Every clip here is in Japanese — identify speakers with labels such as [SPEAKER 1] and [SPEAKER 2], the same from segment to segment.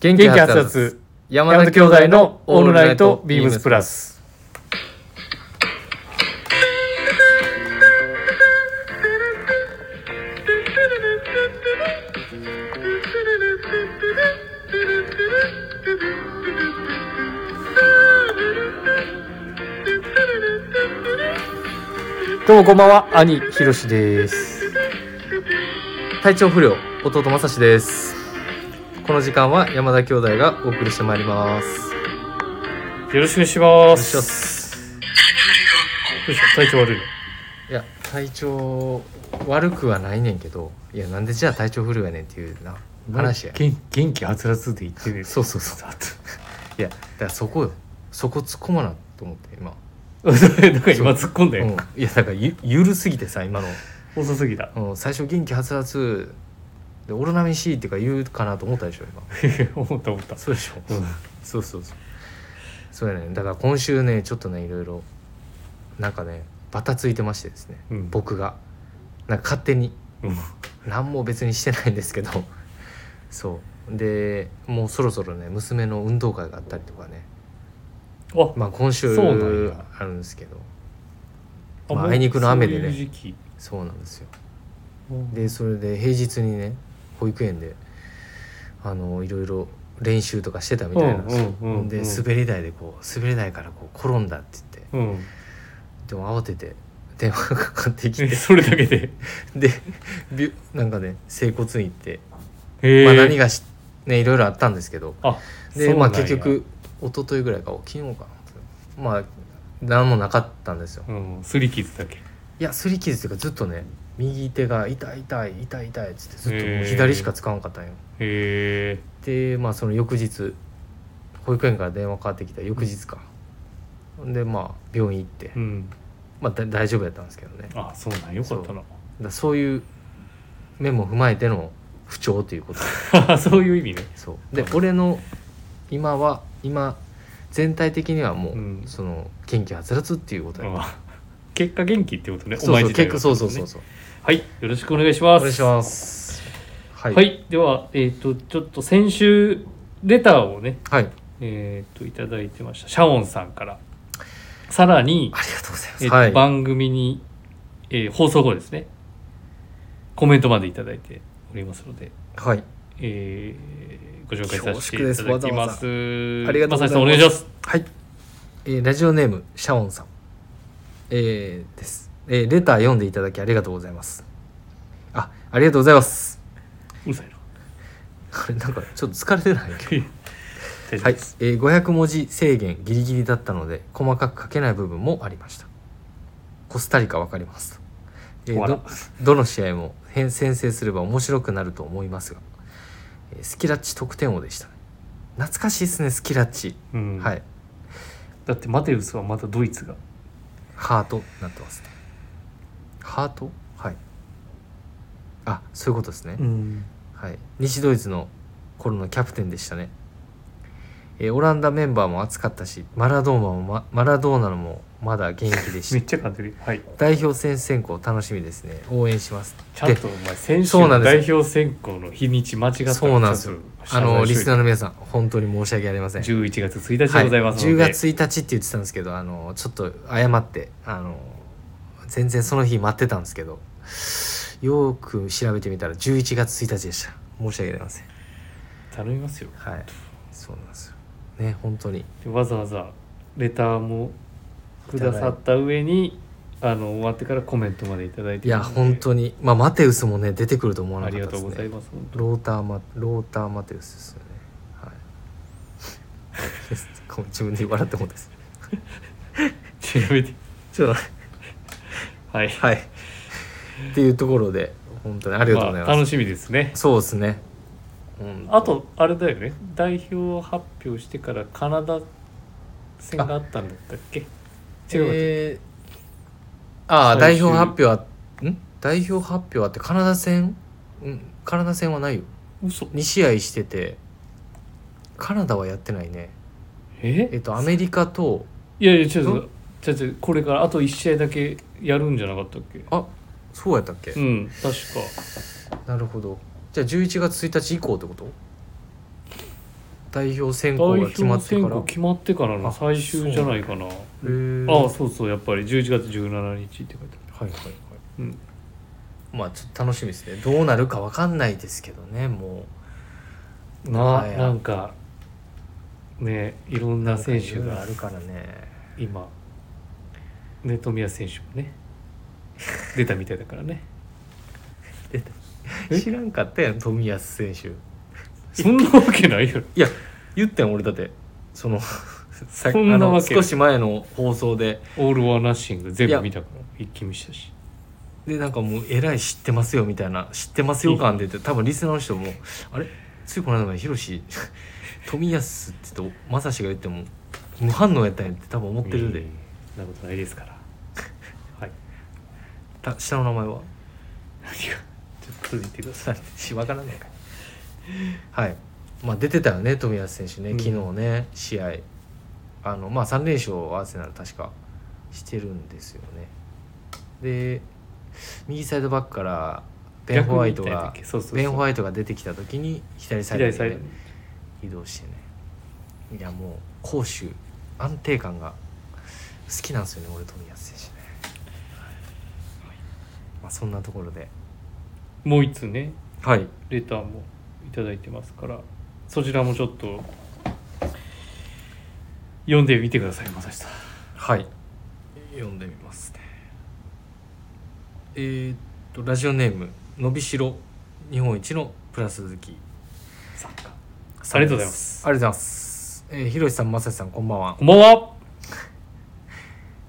[SPEAKER 1] 元
[SPEAKER 2] 元気発達
[SPEAKER 1] 山
[SPEAKER 2] 山
[SPEAKER 1] 田
[SPEAKER 2] 田
[SPEAKER 1] 兄
[SPEAKER 2] 兄
[SPEAKER 1] 弟
[SPEAKER 2] 弟
[SPEAKER 1] の
[SPEAKER 2] の
[SPEAKER 1] オ
[SPEAKER 2] オ
[SPEAKER 1] ー
[SPEAKER 2] ー
[SPEAKER 1] ル
[SPEAKER 2] ル
[SPEAKER 1] ナ
[SPEAKER 2] ナ
[SPEAKER 1] イ
[SPEAKER 2] イ
[SPEAKER 1] ト
[SPEAKER 2] ト
[SPEAKER 1] ビ
[SPEAKER 2] ビー
[SPEAKER 1] ーム
[SPEAKER 2] ム
[SPEAKER 1] ス
[SPEAKER 2] ス
[SPEAKER 1] プ
[SPEAKER 2] プ
[SPEAKER 1] ラ
[SPEAKER 2] ラ
[SPEAKER 1] ス
[SPEAKER 2] スどうもこんばんは兄ひろしです
[SPEAKER 1] 体調不良弟まさしですこの時間は山田兄弟がお送りしてまいります
[SPEAKER 2] よろしくお願いします
[SPEAKER 1] よろしくお願いします
[SPEAKER 2] どうした体調悪いの
[SPEAKER 1] いや体調悪くはないねんけどいやなんでじゃあ体調不良やねんっていうな話や
[SPEAKER 2] 元元気はつらつで言ってる
[SPEAKER 1] そうそう そういやだからそこよそこ突っ込まなと思って 今、
[SPEAKER 2] なんか今突っ込んだ
[SPEAKER 1] う
[SPEAKER 2] よ、
[SPEAKER 1] ん、いやだからゆゆるすぎてさ今の
[SPEAKER 2] 遅すぎた
[SPEAKER 1] うん、最初元気はつらつで「オロナミン C」ってか言うかなと思ったでしょ今
[SPEAKER 2] 思った思った
[SPEAKER 1] そうでしょ、
[SPEAKER 2] うん
[SPEAKER 1] そうそうそうそうやねだから今週ねちょっとねいろいろなんかねバタついてましてですね、
[SPEAKER 2] うん
[SPEAKER 1] 僕がなんか勝手に
[SPEAKER 2] うん
[SPEAKER 1] 何も別にしてないんですけど そうでもうそろそろね娘の運動会があったりとかね
[SPEAKER 2] あ、
[SPEAKER 1] まあ今週
[SPEAKER 2] そうなんや
[SPEAKER 1] あるんですけど
[SPEAKER 2] あ
[SPEAKER 1] まああいにくの雨でね
[SPEAKER 2] そういう時期
[SPEAKER 1] そうなんですよでそれで平日にね保育園であのいろいろ練習とかしてたみたいなんですよ、
[SPEAKER 2] うんうんうんうん
[SPEAKER 1] で滑り台でこう滑り台からこう転んだって言
[SPEAKER 2] う
[SPEAKER 1] って
[SPEAKER 2] ん、
[SPEAKER 1] でも慌てて電話がかかってきて
[SPEAKER 2] えそれだけで
[SPEAKER 1] でびなんかね整骨院行って、
[SPEAKER 2] へえ
[SPEAKER 1] まあ、何がし、ね、いろいろあったんですけど
[SPEAKER 2] あ
[SPEAKER 1] で、ま
[SPEAKER 2] そうな
[SPEAKER 1] あ、結、
[SPEAKER 2] んや
[SPEAKER 1] 局一昨日ぐらいか昨日かなまあ何もなかったんですよ
[SPEAKER 2] うん、すり傷だけ
[SPEAKER 1] いや擦り傷というかずっとね右手が痛い痛い痛い痛いっつってずっともう
[SPEAKER 2] へー
[SPEAKER 1] 左しか使わんかったんよ
[SPEAKER 2] へえ
[SPEAKER 1] でまあその翌日保育園から電話かかってきた翌日か、でまあ病院行って、
[SPEAKER 2] うん
[SPEAKER 1] まあだ大丈夫やったんですけどねだか
[SPEAKER 2] あそうなんよかったな
[SPEAKER 1] らそういう面も踏まえての不調というこ と
[SPEAKER 2] そういう意味ね
[SPEAKER 1] そうで俺の今は今全体的にはもう、
[SPEAKER 2] うん
[SPEAKER 1] その元気はつらつっていうことや、
[SPEAKER 2] あ結果元気ってことね
[SPEAKER 1] そうそう結構そうそうそううそう
[SPEAKER 2] はいよろしくお願いしま
[SPEAKER 1] お
[SPEAKER 2] す
[SPEAKER 1] 願いしますは
[SPEAKER 2] はいい、ではえっ、とちょっと先週レターをね
[SPEAKER 1] はいあり
[SPEAKER 2] えっ、といただいてましたシャオンさんからさらに、
[SPEAKER 1] がとうございます、
[SPEAKER 2] えっと
[SPEAKER 1] はい
[SPEAKER 2] 番組に、えー放送後ですねコメントまでいただいておりますので
[SPEAKER 1] はい
[SPEAKER 2] えーご紹介させていただき
[SPEAKER 1] 恐縮ですわざ
[SPEAKER 2] ま
[SPEAKER 1] わざ
[SPEAKER 2] す。
[SPEAKER 1] ありがとうございます
[SPEAKER 2] さんお願いします。
[SPEAKER 1] はい、えーラジオネームシャオンさん、えーです、えーレター読んでいただきありがとうございますあありがとうございます
[SPEAKER 2] うるさいな。
[SPEAKER 1] これなんかちょっと疲れてない
[SPEAKER 2] 大丈夫
[SPEAKER 1] はい
[SPEAKER 2] です。、
[SPEAKER 1] えー500文字制限ギリギリだったので細かく書けない部分もありましたコスタリカわかりますと、えー
[SPEAKER 2] わら
[SPEAKER 1] どどの試合も変先制すれば面白くなると思いますが、えースキラッチ得点王でしたね懐かしいですねスキラッチ、
[SPEAKER 2] うん
[SPEAKER 1] はい
[SPEAKER 2] だってマテウスはまたドイツが
[SPEAKER 1] ハートになってますねハートはいあそういうことですね、
[SPEAKER 2] うん
[SPEAKER 1] はい、西ドイツの頃のキャプテンでしたね、えーオランダメンバーも熱かったしマラドーナもまマラドーナもまだ元気で
[SPEAKER 2] め
[SPEAKER 1] し
[SPEAKER 2] っちゃ勝てる。はい。
[SPEAKER 1] 代表戦選考楽しみですね応援します
[SPEAKER 2] ちゃんとお前選手
[SPEAKER 1] そうなん
[SPEAKER 2] の
[SPEAKER 1] です
[SPEAKER 2] 代表選考の日にち間違った
[SPEAKER 1] そうなんですよあのリスナー
[SPEAKER 2] ー
[SPEAKER 1] の皆さん本当に申し訳ありません
[SPEAKER 2] 十一月一日でございますの
[SPEAKER 1] 10
[SPEAKER 2] で、
[SPEAKER 1] 月1日って言ってたんですけどあのちょっと謝ってあの全然その日待ってたんですけどよく調べてみたら11月1日でした申し訳ありません
[SPEAKER 2] 頼みますよ。
[SPEAKER 1] はいそうなんですよね本当に
[SPEAKER 2] でわざわざレターもくださった上にあの終わってからコメントまでいただいて
[SPEAKER 1] いや本当にまあマテウスもね出てくると思わ
[SPEAKER 2] にあ
[SPEAKER 1] なか
[SPEAKER 2] り
[SPEAKER 1] っ
[SPEAKER 2] が
[SPEAKER 1] たで
[SPEAKER 2] とうござい
[SPEAKER 1] すね
[SPEAKER 2] ます。本当
[SPEAKER 1] ローターマローターマテウスですよねはいごめん 自分で笑ってもです
[SPEAKER 2] ちなみに
[SPEAKER 1] ちょっと
[SPEAKER 2] はい。
[SPEAKER 1] はいっていうところで本 当にありがとうございます、
[SPEAKER 2] あ、楽しみですね。
[SPEAKER 1] そうですねうん
[SPEAKER 2] あとあれだよね代表を発表してからカナダ戦があったんだったっけ違うかった、
[SPEAKER 1] えーああ
[SPEAKER 2] 最
[SPEAKER 1] 代
[SPEAKER 2] 終
[SPEAKER 1] 表発表はん代表発表はってカナダ戦うんカナダ戦はないよ
[SPEAKER 2] 嘘
[SPEAKER 1] 2試合しててカナダはやってないねえ
[SPEAKER 2] え
[SPEAKER 1] っとアメリカと
[SPEAKER 2] いやいやちょっとちょっとこれからあと1試合だけやるんじゃなかったっけ
[SPEAKER 1] あそうやったっけ、
[SPEAKER 2] うん確か
[SPEAKER 1] なるほどじゃあ11月1日以降ってこと代表選
[SPEAKER 2] 代
[SPEAKER 1] 考が
[SPEAKER 2] 表
[SPEAKER 1] 決まって
[SPEAKER 2] 選
[SPEAKER 1] から
[SPEAKER 2] 考決まってからの
[SPEAKER 1] あ
[SPEAKER 2] 最終じゃないかな
[SPEAKER 1] へー
[SPEAKER 2] ああそうそうやっぱり11月17日って書いてあ
[SPEAKER 1] はいはいはい
[SPEAKER 2] る、うん、
[SPEAKER 1] まあちょっと楽しみですねどうなるかわかんないですけどねも
[SPEAKER 2] な、
[SPEAKER 1] はい
[SPEAKER 2] なんかねいろん
[SPEAKER 1] う
[SPEAKER 2] な選手
[SPEAKER 1] なんかいろいろあ
[SPEAKER 2] が
[SPEAKER 1] るからね
[SPEAKER 2] 今ね富谷選手もね出たみたいだからねえ
[SPEAKER 1] 知らんかったやん冨安選手
[SPEAKER 2] そんなわけないよ
[SPEAKER 1] いや言ってん俺だってそのさ
[SPEAKER 2] そんな
[SPEAKER 1] あの
[SPEAKER 2] わけ
[SPEAKER 1] 少し前の放送で
[SPEAKER 2] オール・オア・ナッシング全
[SPEAKER 1] いや
[SPEAKER 2] 部見たから一気見したし
[SPEAKER 1] でなんかもうえらい知ってますよみたいな知ってますよ感出て多分リスナーの人もあれついこの間までヒロシ 冨安って言ってまさしが言っても無反応やったんやって多分思ってるで、
[SPEAKER 2] うんそんなことないです からはい
[SPEAKER 1] た下の名前は
[SPEAKER 2] 何がちょっと続いてください
[SPEAKER 1] わからないかはいまあ出てたよね冨安選手ね
[SPEAKER 2] うん
[SPEAKER 1] 昨日ね、試合あのまあ3連勝をアーセナル確かしてるんですよねで右サイドバックからベン・ホワイトが
[SPEAKER 2] 逆に行ったやつだっけそうそうそう
[SPEAKER 1] ベン・ホワイトが出てきた時に左サイド
[SPEAKER 2] 左
[SPEAKER 1] に
[SPEAKER 2] サイ
[SPEAKER 1] ね
[SPEAKER 2] ドに
[SPEAKER 1] 移動してねいやもう攻守安定感が好きなんですよね俺冨安選手ね、はいまあ、そんなところで
[SPEAKER 2] もう一つね
[SPEAKER 1] はい
[SPEAKER 2] レターもいただいてますからそちらもちょっと読んでみてくださいまさしさん
[SPEAKER 1] はい読んでみますねえーっとラジオネームのびしろ日本一のプラス好き
[SPEAKER 2] さんか
[SPEAKER 1] さ
[SPEAKER 2] あ
[SPEAKER 1] ん
[SPEAKER 2] りがとうございます
[SPEAKER 1] ありがとうございますえー、ひろしさんまさしさんこんばんは
[SPEAKER 2] こんばんは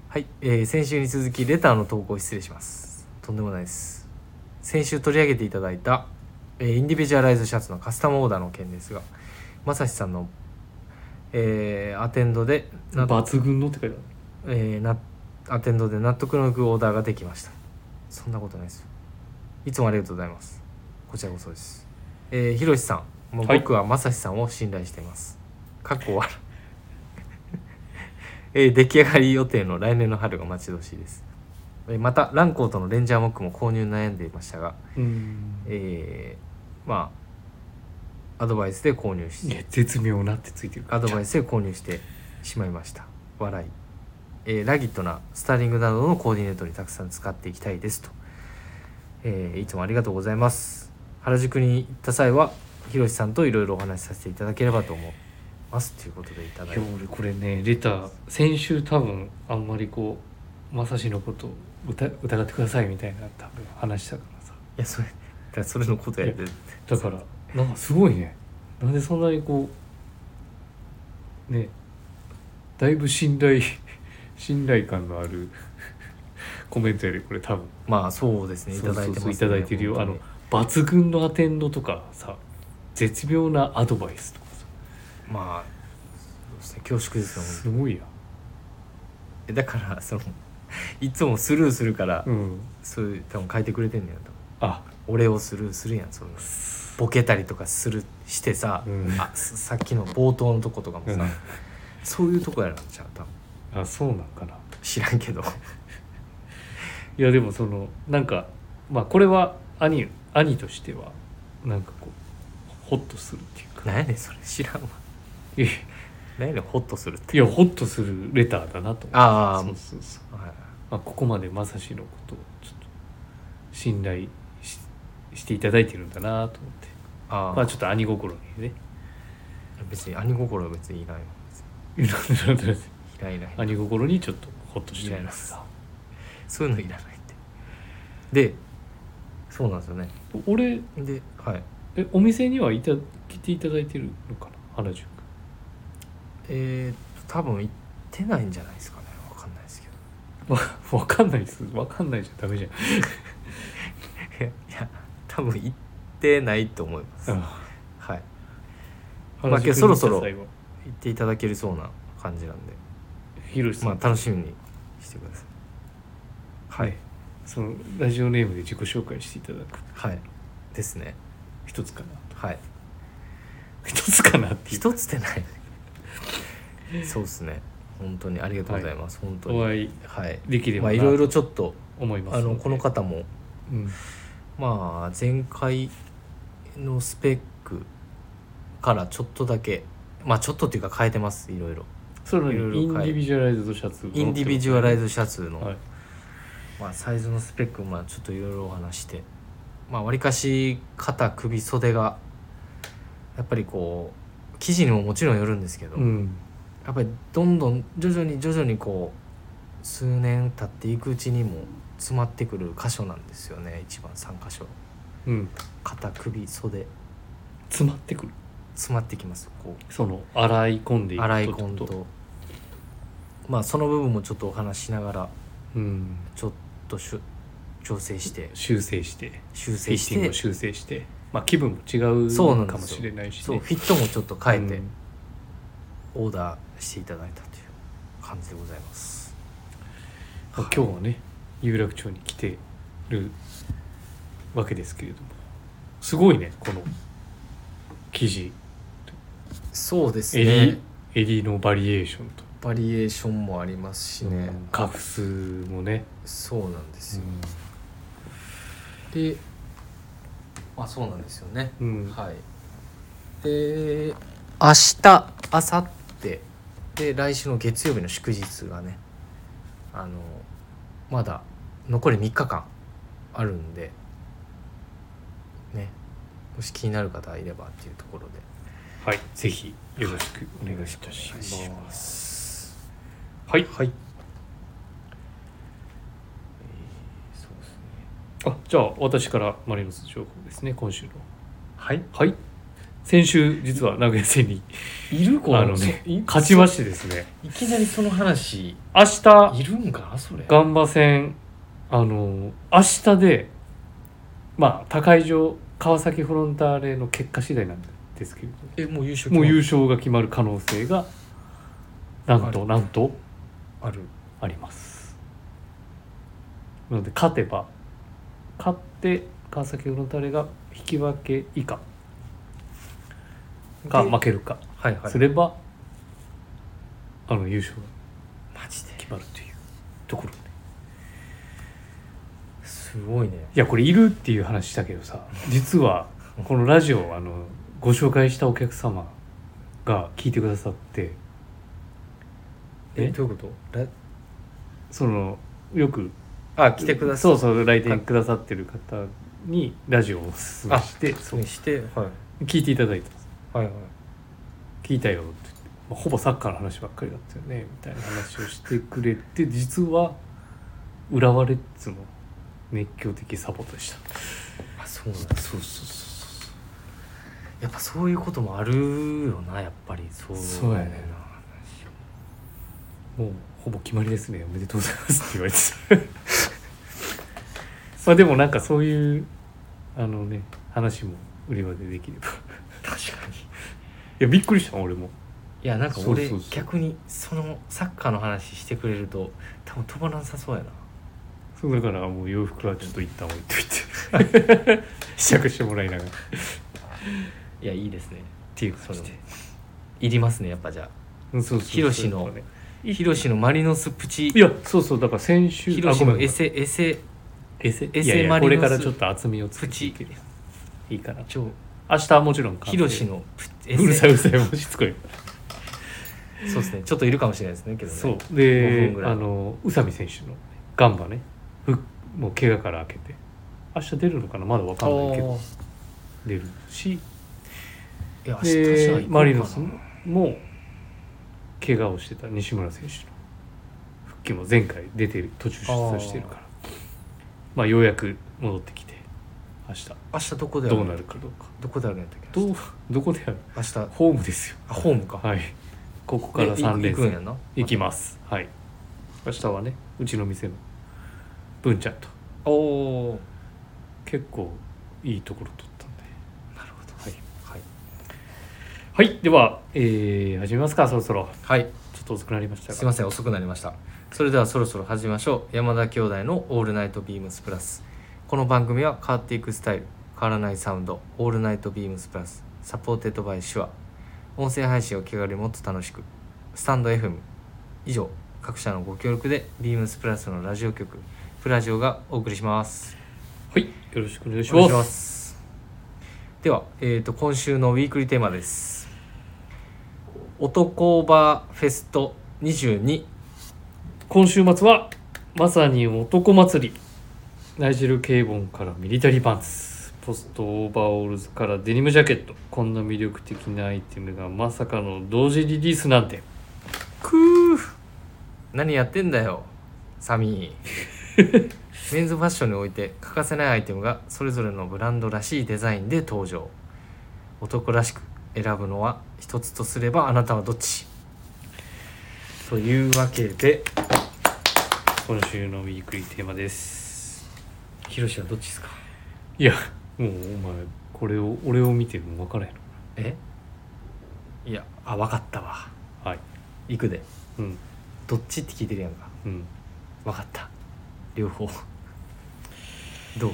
[SPEAKER 1] はい、えー先週に続きレターの投稿失礼しますとんでもないです先週取り上げていただいた、えーインディビジュアライズシャツのカスタムオーダーの件ですがまさしさんの、えーアテンドでなんと
[SPEAKER 2] 抜群のって書いて
[SPEAKER 1] えーなアテンドで納得のいくオーダーができましたそんなことないですよいつもありがとうございますこちらこそですえーひろしさんもう
[SPEAKER 2] はい
[SPEAKER 1] 僕はまさしさんを信頼しています、かっこ笑 えー出来上がり予定の来年の春が待ち遠しいです、えーまたランコートのレンジャーモックも購入悩んでいましたが、
[SPEAKER 2] あるうん
[SPEAKER 1] えーまあアドバイスで購入し
[SPEAKER 2] いや絶妙なってついてる
[SPEAKER 1] アドバイ
[SPEAKER 2] ス
[SPEAKER 1] スで購入してしまいました笑い、えーラギットなスタイリングなどのコーディネートにたくさん使っていきたいですと、えーいつもありがとうございます原宿に行った際はひろしさんといろいろお話しさせていただければと思いますということでいた
[SPEAKER 2] い
[SPEAKER 1] だい
[SPEAKER 2] や
[SPEAKER 1] て
[SPEAKER 2] 俺これねレター先週多分あんまりこうまさしのこと疑疑ってくださいみたいな多分話したからさ
[SPEAKER 1] やそれだからそれのことやって
[SPEAKER 2] だからなんかすごいねなんでそんなにこうねだいぶ信頼 信頼感のある コメントやでこれ多分
[SPEAKER 1] まあそうですねいただいてます、
[SPEAKER 2] そうそうそう
[SPEAKER 1] ね、
[SPEAKER 2] いただいてるよあの
[SPEAKER 1] 本
[SPEAKER 2] 抜群のアテンドとかさ絶妙なアドバイスとかさ
[SPEAKER 1] 当にまあそうですね恐縮ですよ本
[SPEAKER 2] すごいや
[SPEAKER 1] 当にだからそのいつもスルーするから、
[SPEAKER 2] うん
[SPEAKER 1] そういう多分書いてくれてんねやと
[SPEAKER 2] あ
[SPEAKER 1] 俺をスルーするやんそんなボケたりとかするしてさ、
[SPEAKER 2] うん
[SPEAKER 1] あささっきの冒頭のとことかもさ、
[SPEAKER 2] うん
[SPEAKER 1] そういうとこやらじゃあ多分
[SPEAKER 2] あそうなんかな
[SPEAKER 1] 知らん けど
[SPEAKER 2] いやでもそのなんかまあこれは兄兄としてはなんかこうホッとするっていうか
[SPEAKER 1] 何やねんそれ知らんわ
[SPEAKER 2] いや
[SPEAKER 1] 何やねんホッとするって
[SPEAKER 2] いやホッとするレターだなと思って
[SPEAKER 1] ああ
[SPEAKER 2] そうそうそう、
[SPEAKER 1] はい
[SPEAKER 2] まあ、ここまでまさしのことをちょっと信頼ししていただいてるんだなと思って
[SPEAKER 1] ああ、
[SPEAKER 2] まあちょっと兄心にね
[SPEAKER 1] 別に兄心は別にいないわ
[SPEAKER 2] いろんなことで
[SPEAKER 1] いらんいらん
[SPEAKER 2] 兄心にちょっとホッとしてるす
[SPEAKER 1] そういうのいらないってでそうなんですよね
[SPEAKER 2] 俺
[SPEAKER 1] ではい
[SPEAKER 2] えお店にはいた来ていただいてるのかな原宿
[SPEAKER 1] えー、と多分行ってないんじゃないですかねわかんないですけど
[SPEAKER 2] わわかんないですわかんないじゃんダメじゃん
[SPEAKER 1] いや多分行ってないと思います、はいまあけどそろそろ
[SPEAKER 2] 原宿に行った際は
[SPEAKER 1] 行っていただけるそうな感じなんで
[SPEAKER 2] ひろしさん、
[SPEAKER 1] まあ楽しみにしてください
[SPEAKER 2] はいそのラジオネームで自己紹介していただく
[SPEAKER 1] はいですね
[SPEAKER 2] 一つかな
[SPEAKER 1] はい
[SPEAKER 2] 一つかなっていう
[SPEAKER 1] 一つでないそうですね本当にありがとうございます、本当に
[SPEAKER 2] お会い
[SPEAKER 1] はい
[SPEAKER 2] できれば
[SPEAKER 1] まあ
[SPEAKER 2] ない
[SPEAKER 1] ろいろちょっと
[SPEAKER 2] 思います
[SPEAKER 1] あのこの
[SPEAKER 2] か
[SPEAKER 1] 方も
[SPEAKER 2] うん
[SPEAKER 1] まあ前回のスペックからちょっとだけまあちょっとっていうか変えてますいろいろ
[SPEAKER 2] それ
[SPEAKER 1] いろいろ
[SPEAKER 2] インディビジュアライズドシャツ
[SPEAKER 1] インディビジュアライ
[SPEAKER 2] ズ
[SPEAKER 1] ズシャツの、
[SPEAKER 2] はい
[SPEAKER 1] まあ、サイズのスペックまあちょっといろいろお話してまあわりかし肩首袖がやっぱりこう生地にももちろんよるんですけど、
[SPEAKER 2] うん
[SPEAKER 1] やっぱりどんどん徐々に徐々にこう数年経っていくうちにも詰まってくる箇所なんですよね一番3箇所
[SPEAKER 2] うん
[SPEAKER 1] 肩首袖
[SPEAKER 2] 詰まってくる
[SPEAKER 1] 詰まってきますこ
[SPEAKER 2] その洗い込んで
[SPEAKER 1] う
[SPEAKER 2] い
[SPEAKER 1] 洗い
[SPEAKER 2] と
[SPEAKER 1] 込んとまあその部分もちょっとお話ししながら
[SPEAKER 2] うん
[SPEAKER 1] ちょっとしゅ調整して
[SPEAKER 2] 修正して
[SPEAKER 1] 修
[SPEAKER 2] フィ
[SPEAKER 1] 正
[SPEAKER 2] ッ
[SPEAKER 1] し
[SPEAKER 2] ティングを
[SPEAKER 1] て
[SPEAKER 2] 修正してまあ気分も違
[SPEAKER 1] そうな
[SPEAKER 2] うん
[SPEAKER 1] ですよ
[SPEAKER 2] かもしれないし、ね、
[SPEAKER 1] そうフィットもちょっと変えて
[SPEAKER 2] うん
[SPEAKER 1] オーダーしていただいたという感じでございます
[SPEAKER 2] まあ今日はね有楽町に来てるわけですけれどもすごいねこの生地
[SPEAKER 1] そうです
[SPEAKER 2] 襟襟のバリエーションと、
[SPEAKER 1] バリエーションもありますしね、
[SPEAKER 2] カフスもね、
[SPEAKER 1] そうなんですよ、でまあそうなんですよね、
[SPEAKER 2] うん
[SPEAKER 1] はいで明日明後日で来週の月曜日の祝日がねあのまだ残り3日間あるんでねもし気になる方いればっていうところで
[SPEAKER 2] はいぜひよろしくお願いいたし
[SPEAKER 1] お願
[SPEAKER 2] ま
[SPEAKER 1] い
[SPEAKER 2] す
[SPEAKER 1] します
[SPEAKER 2] はい
[SPEAKER 1] はい、そうですね
[SPEAKER 2] あじゃあ私からマリノス情報ですね今週の
[SPEAKER 1] はい
[SPEAKER 2] はい先週実は名古屋戦 に
[SPEAKER 1] いる
[SPEAKER 2] あのね勝ちましてですね
[SPEAKER 1] いきなりその話
[SPEAKER 2] 明日
[SPEAKER 1] いるんかなそれ
[SPEAKER 2] ガンバ戦あの明日でまあ他会場川崎フロンターレの結果次第なんですけれど
[SPEAKER 1] えもう優勝
[SPEAKER 2] もう優
[SPEAKER 1] 勝
[SPEAKER 2] 勝が決まる可能性がなん
[SPEAKER 1] あ
[SPEAKER 2] と
[SPEAKER 1] る
[SPEAKER 2] なんと
[SPEAKER 1] ある
[SPEAKER 2] ありますなので勝てば勝って川崎フロンターレが引き分け以下か
[SPEAKER 1] で
[SPEAKER 2] 負けるか
[SPEAKER 1] はいはい
[SPEAKER 2] すれば、あの優勝が
[SPEAKER 1] マジで
[SPEAKER 2] 決まるというところね
[SPEAKER 1] すごいね
[SPEAKER 2] いやこれいるっていう話したけどさ実はこのラジオあのご紹介したお客様が聞いてくださって
[SPEAKER 1] え
[SPEAKER 2] え
[SPEAKER 1] どういうことら
[SPEAKER 2] そのよく
[SPEAKER 1] あ来てください
[SPEAKER 2] そうそう来店くださってる方にラジオをお勧めしてそう
[SPEAKER 1] にしてはい
[SPEAKER 2] 聞いていただいたんです
[SPEAKER 1] はいはい
[SPEAKER 2] 聞いたよって言って、まあほぼサッカーの話ばっかりだったよねみたいな話をしてくれて実は浦和レッズの熱狂的サポートでした
[SPEAKER 1] あそうなんだそうそうそうそうやっぱそういうこともあるよなやっぱりそう
[SPEAKER 2] そうやねんなもうほぼ決まりですねおめでとうございますって言われてたまあでもなんかそういうあのね話も売り場でできれ ばい
[SPEAKER 1] 確かにい
[SPEAKER 2] やびっくりした俺も
[SPEAKER 1] やなんか俺
[SPEAKER 2] そうそうそう
[SPEAKER 1] 逆にそのサッカーの話してくれると多分飛ばなさそうやな
[SPEAKER 2] そうだからもう洋服はちょっと一旦置いといて 試着してもらいながらっ
[SPEAKER 1] いやいいですね
[SPEAKER 2] ていう
[SPEAKER 1] そ
[SPEAKER 2] 感
[SPEAKER 1] れ
[SPEAKER 2] じ
[SPEAKER 1] も
[SPEAKER 2] で
[SPEAKER 1] いりますねやっぱじゃ
[SPEAKER 2] うんそうそうそう
[SPEAKER 1] ヒロシの
[SPEAKER 2] ね
[SPEAKER 1] あヒロシのマリノスプチ
[SPEAKER 2] いやそうそうだから先週
[SPEAKER 1] ヒロシのエ
[SPEAKER 2] エセ
[SPEAKER 1] セエセ
[SPEAKER 2] エセ
[SPEAKER 1] エセ
[SPEAKER 2] いやいや
[SPEAKER 1] マリノ
[SPEAKER 2] こ
[SPEAKER 1] ス
[SPEAKER 2] れからちょっと厚みをつけていけるいいかな
[SPEAKER 1] ちょ
[SPEAKER 2] 明日はもちろん完成
[SPEAKER 1] ヒロシのプチ エ
[SPEAKER 2] うるさいう
[SPEAKER 1] セ
[SPEAKER 2] るさいもうしつこい
[SPEAKER 1] そうですねちょっといるかもしれないですねけどね
[SPEAKER 2] そう
[SPEAKER 1] 5
[SPEAKER 2] で
[SPEAKER 1] 分ぐらい
[SPEAKER 2] あの宇佐美選手のガンバねふもう怪我から明けて明日出るのかなまだわかんないけ
[SPEAKER 1] お
[SPEAKER 2] ど
[SPEAKER 1] ー
[SPEAKER 2] 出るし
[SPEAKER 1] いや明日じゃあ行こう
[SPEAKER 2] で
[SPEAKER 1] かな
[SPEAKER 2] マリノスも怪我をしてた西村選手の復帰も前回出てる途中出場してるからまあようやく戻ってきて明日
[SPEAKER 1] 明日どこである
[SPEAKER 2] どうなるかどうか
[SPEAKER 1] どこであるんやったっけ
[SPEAKER 2] どうどこでやる
[SPEAKER 1] 明日
[SPEAKER 2] ホームですよ
[SPEAKER 1] あホームか
[SPEAKER 2] はいここから
[SPEAKER 1] で
[SPEAKER 2] 3連
[SPEAKER 1] 行くん
[SPEAKER 2] 戦
[SPEAKER 1] やな
[SPEAKER 2] 行きますはい明日はねうちの店の文ちゃんと
[SPEAKER 1] おお
[SPEAKER 2] 結構いいところ取ったんで
[SPEAKER 1] なるほど
[SPEAKER 2] はい
[SPEAKER 1] はい、
[SPEAKER 2] はいでは、えー始めますかそろそろ
[SPEAKER 1] はい、
[SPEAKER 2] ちょっと遅くなりましたが
[SPEAKER 1] すいません遅くなりましたそれではそろそろ始めましょう山田兄弟の「オールナイトビームスプラス」この番組は変わっていくスタイル変わらないサウンド「オールナイトビームスプラス」サポーテッドバイシュア音声配信を気軽にもっと楽しくスタンド FM 以上各社のご協力でビームスプラスのラジオ局プラジオがお送りします
[SPEAKER 2] はいよろしくお願いし
[SPEAKER 1] お願
[SPEAKER 2] ま
[SPEAKER 1] いし
[SPEAKER 2] す
[SPEAKER 1] ますでは、えー、と今週のウィークリーテーマです男バーフェスト22
[SPEAKER 2] 今週末はまさに男祭りナイジェル・ケイボンからミリタリーパンツポストオーバーオールズからデニムジャケットこんな魅力的なアイテムがまさかの同時リリースなんて
[SPEAKER 1] くー何やってんだよサミーメンズファッションにおいて欠かせないアイテムがそれぞれのブランドらしいデザインで登場男らしく選ぶのは一つとすればあなたはどっちというわけで
[SPEAKER 2] 今週のウィークリーテーマです
[SPEAKER 1] ヒロシはどっちですか
[SPEAKER 2] いやもうお前これを俺を見ても分からへんの
[SPEAKER 1] えいやあ分かったわ
[SPEAKER 2] はい
[SPEAKER 1] いくで
[SPEAKER 2] うん
[SPEAKER 1] どっちって聞いてるやんか
[SPEAKER 2] うん
[SPEAKER 1] 分かった両方どう